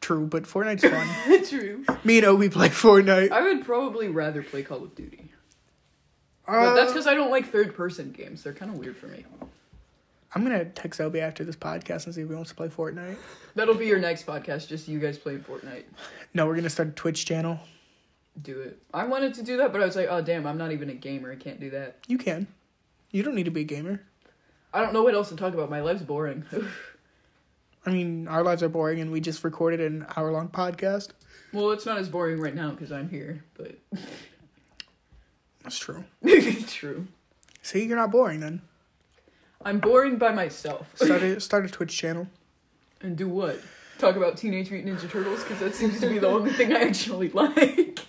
True, but Fortnite's fun.
True.
Me and Obi play Fortnite.
I would probably rather play Call of Duty, but
Uh,
that's because I don't like third-person games. They're kind of weird for me.
I'm gonna text Obi after this podcast and see if he wants to play Fortnite.
That'll be your next podcast. Just you guys playing Fortnite.
No, we're gonna start a Twitch channel.
Do it. I wanted to do that, but I was like, oh damn, I'm not even a gamer. I can't do that.
You can. You don't need to be a gamer.
I don't know what else to talk about. My life's boring.
I mean, our lives are boring, and we just recorded an hour-long podcast.
well, it's not as boring right now because I'm here, but
That's true.
true.
See, you're not boring then.
I'm boring by myself.
Start a start a Twitch channel.
And do what? Talk about Teenage Mutant Ninja Turtles because that seems to be the only thing I actually like.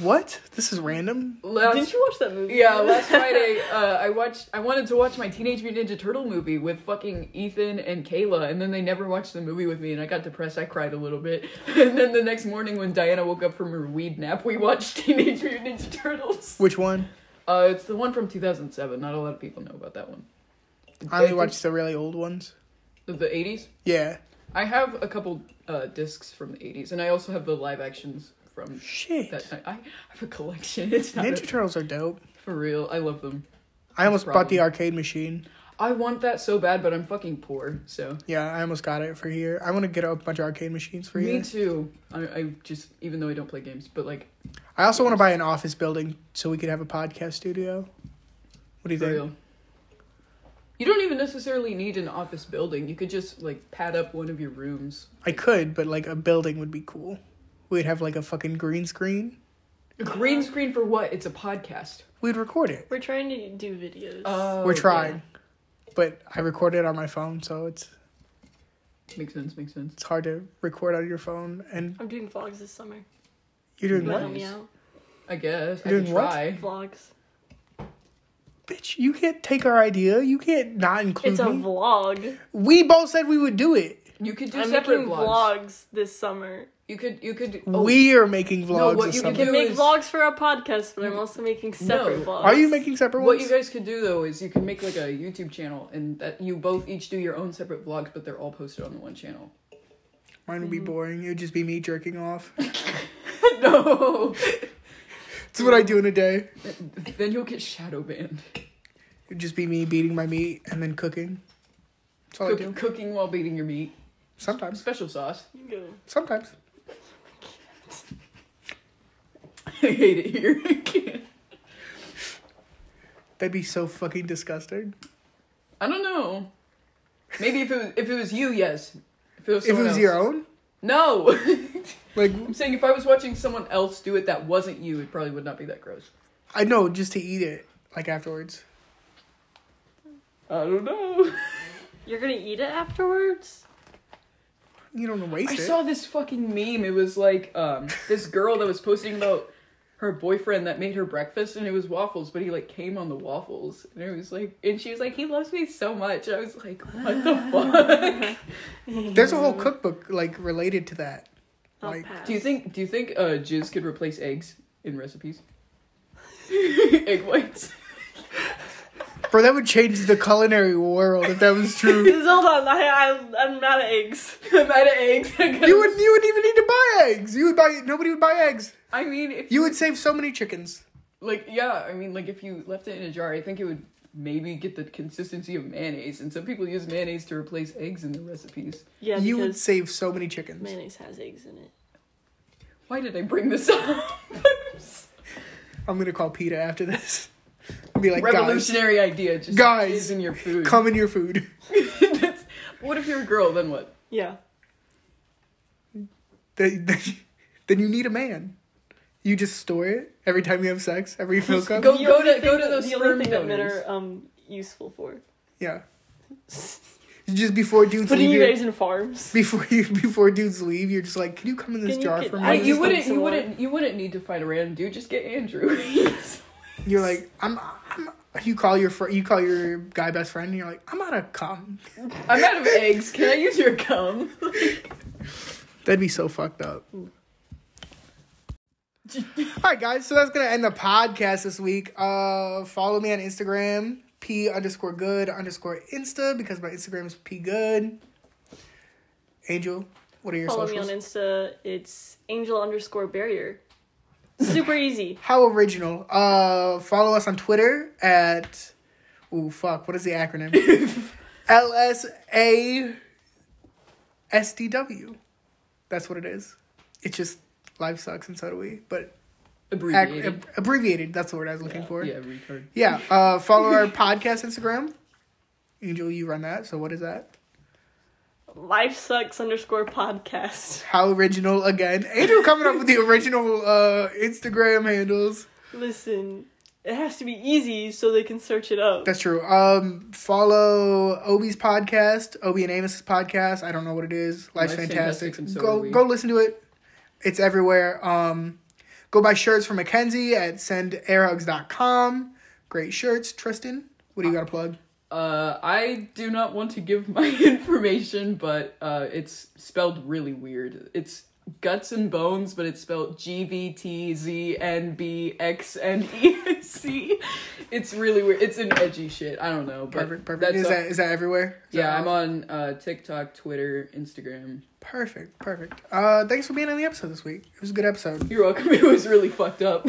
What? This is random.
Didn't
Last
you watch that movie?
yeah, last Friday uh, I watched. I wanted to watch my Teenage Mutant Ninja Turtle movie with fucking Ethan and Kayla, and then they never watched the movie with me, and I got depressed. I cried a little bit, and then the next morning when Diana woke up from her weed nap, we watched Teenage Mutant Ninja Turtles.
Which one?
Uh, it's the one from 2007. Not a lot of people know about that one.
I only watched the really old ones.
the 80s.
Yeah.
I have a couple uh, discs from the 80s, and I also have the live actions from
Shit.
that time. I have a collection. It's not
Ninja
a-
Turtles are dope.
for real. I love them.
I almost bought the
problem.
arcade machine.
I want that so bad, but I'm fucking poor. So
Yeah, I almost got it for here. I want to get a bunch of arcade machines for
me
here.
too. I, I just even though I don't play games, but like
I also want to buy an office building so we could have a podcast studio. What do you
for
think?
real, You don't even necessarily need an office building. You could just like pad up one of your rooms.
I could, but like a building would be cool. We'd have like a fucking green screen.
A green screen for what? It's a podcast.
We'd record it.
We're trying to do videos.
Uh,
We're
Oh,
trying. But I record it on my phone, so it's
yeah. Makes sense. Makes sense.
it's hard to record on your phone. And
I'm doing vlogs this summer.
you're doing
You
what?
wanna help me out?
I guess I
Doing
could
what?
try.
Vlogs.
Bitch, you can't take our idea. You can't not include
It's a
me.
vlog.
we both said we would do it.
You could do
I'm
separate
making
vlogs.
vlogs this summer.
You could. You could. oh,
We are making
No,
vlogs.
what
or
you can
something.
I
do
make
is- Mm.
vlogs for our podcast, but I'm also making separate
No.
vlogs.
Are you making separate
What
ones?
you guys could do though is you can make like a YouTube channel and that you both each do your own separate vlogs, but they're all posted on the one channel.
Mine would be
Mm-hmm.
boring. It would just be me jerking off.
no,
That's what I do in a day.
then you'll get shadow banned.
It would just be me beating my meat and then cooking. That's all
Cook-
Oh, I do.
cooking while beating your meat.
Sometimes.
Special sauce.
Go.
Sometimes.
I hate it here.
That'd be so fucking disgusting.
I don't know. Maybe if it was, if it was you, yes. If it was,
if it
someone
was
else.
your own?
No.
Like,
I'm saying if I was watching someone else do it that wasn't you, it probably would not be that gross.
I know, just to eat it, like afterwards.
I don't know.
You're gonna eat it afterwards?
You don't wanna waste
I
it.
saw this fucking meme. It was like um, this girl that was posting about her boyfriend that made her breakfast, and it was waffles, but he like came on the waffles, and it was like, and she was like, he loves me so much. I was like, what the fuck?
There's a whole cookbook, like, related to that.
I'll
Like,
pass.
do you think? Do you think uh, jizz could replace eggs in recipes? Egg whites.
Bro, that would change the culinary world if that was true.
Hold on, I, I, I'm out of eggs.
I'm out of eggs.
you wouldn't. You wouldn't even need to buy eggs. You would buy. Nobody would buy eggs.
I mean, if
You would save so many chickens.
like yeah, I mean, like if you left it in a jar, I think it would maybe get the consistency of mayonnaise. And some people use mayonnaise to replace eggs in their recipes.
Yeah,
you would
because
save so many chickens.
mayonnaise has eggs in it.
Why did I bring this up?
I'm gonna call PETA after this. And be like, guys,
Revolutionary idea. Just
Guys,
is in your food.
come in your food.
That's- what if you're a girl? Then what?
Yeah.
Then, then then you need a man. You just store it every time you have sex, every you
Just
fuck up.
go-
The only
to- go
thing
to
that-
those
The only
sperm
thing that men
donors.
are um, useful for.
Yeah. Just before dudes
Putting
leave,
you
your-
eggs in farms.
before you before dudes leave, you're just like, can you come in this
Can you
jar
get-
for
I-
me?
Wait, you
just
wouldn't.
think
You
so.
wouldn't. You wouldn't need to find a random dude. Just get Andrew.
You're like, I'm, I'm. You call your fr- you call your guy best friend, and you're like, I'm out of cum.
I'm out of eggs. Can I use your cum?
That'd be so fucked up. All right, guys. So that's gonna end the podcast this week. Uh, follow me on Instagram p underscore good underscore insta because my Instagram is p good. Angel, what are your
Follow me
socials?
on Insta. It's angel underscore barrier. Super easy.
How original. Uh, follow us on Twitter at. Ooh, fuck. What is the acronym? L S A S D W. That's what it is. It's just life sucks and so do we. But ac-
Abbreviated.
ab- abbreviated. That's the word I was looking for.
yeah, retard.
Yeah, Uh, follow our podcast Instagram. Angel, you run that. So what is that?
Life sucks underscore podcast.
How original again? Angel coming up with the original uh, Instagram handles.
Listen, it has to be easy so they can search it up.
That's true. Um, follow Obi's podcast, Obi and Amos's podcast. I don't know what it is. Life's
Life's
fantastic.
fantastic and so are
go
we.
go listen to it. It's everywhere. Um, go buy shirts from Mackenzie at sendairhugs.com. Great shirts. Tristan, what do you got to plug?
Uh, I do not want to give my information, but uh, it's spelled really weird. It's guts and bones, but it's spelled G V T Z N B X N E S C. It's really weird. It's an edgy shit. I don't know. But
Perfect. Perfect. Is
all-
that is that everywhere? Is
yeah,
that
I'm
all?
on uh, TikTok, Twitter, Instagram.
Perfect. Perfect. Uh, thanks for being on the episode this week. It was a good episode.
You're welcome. It was really fucked up.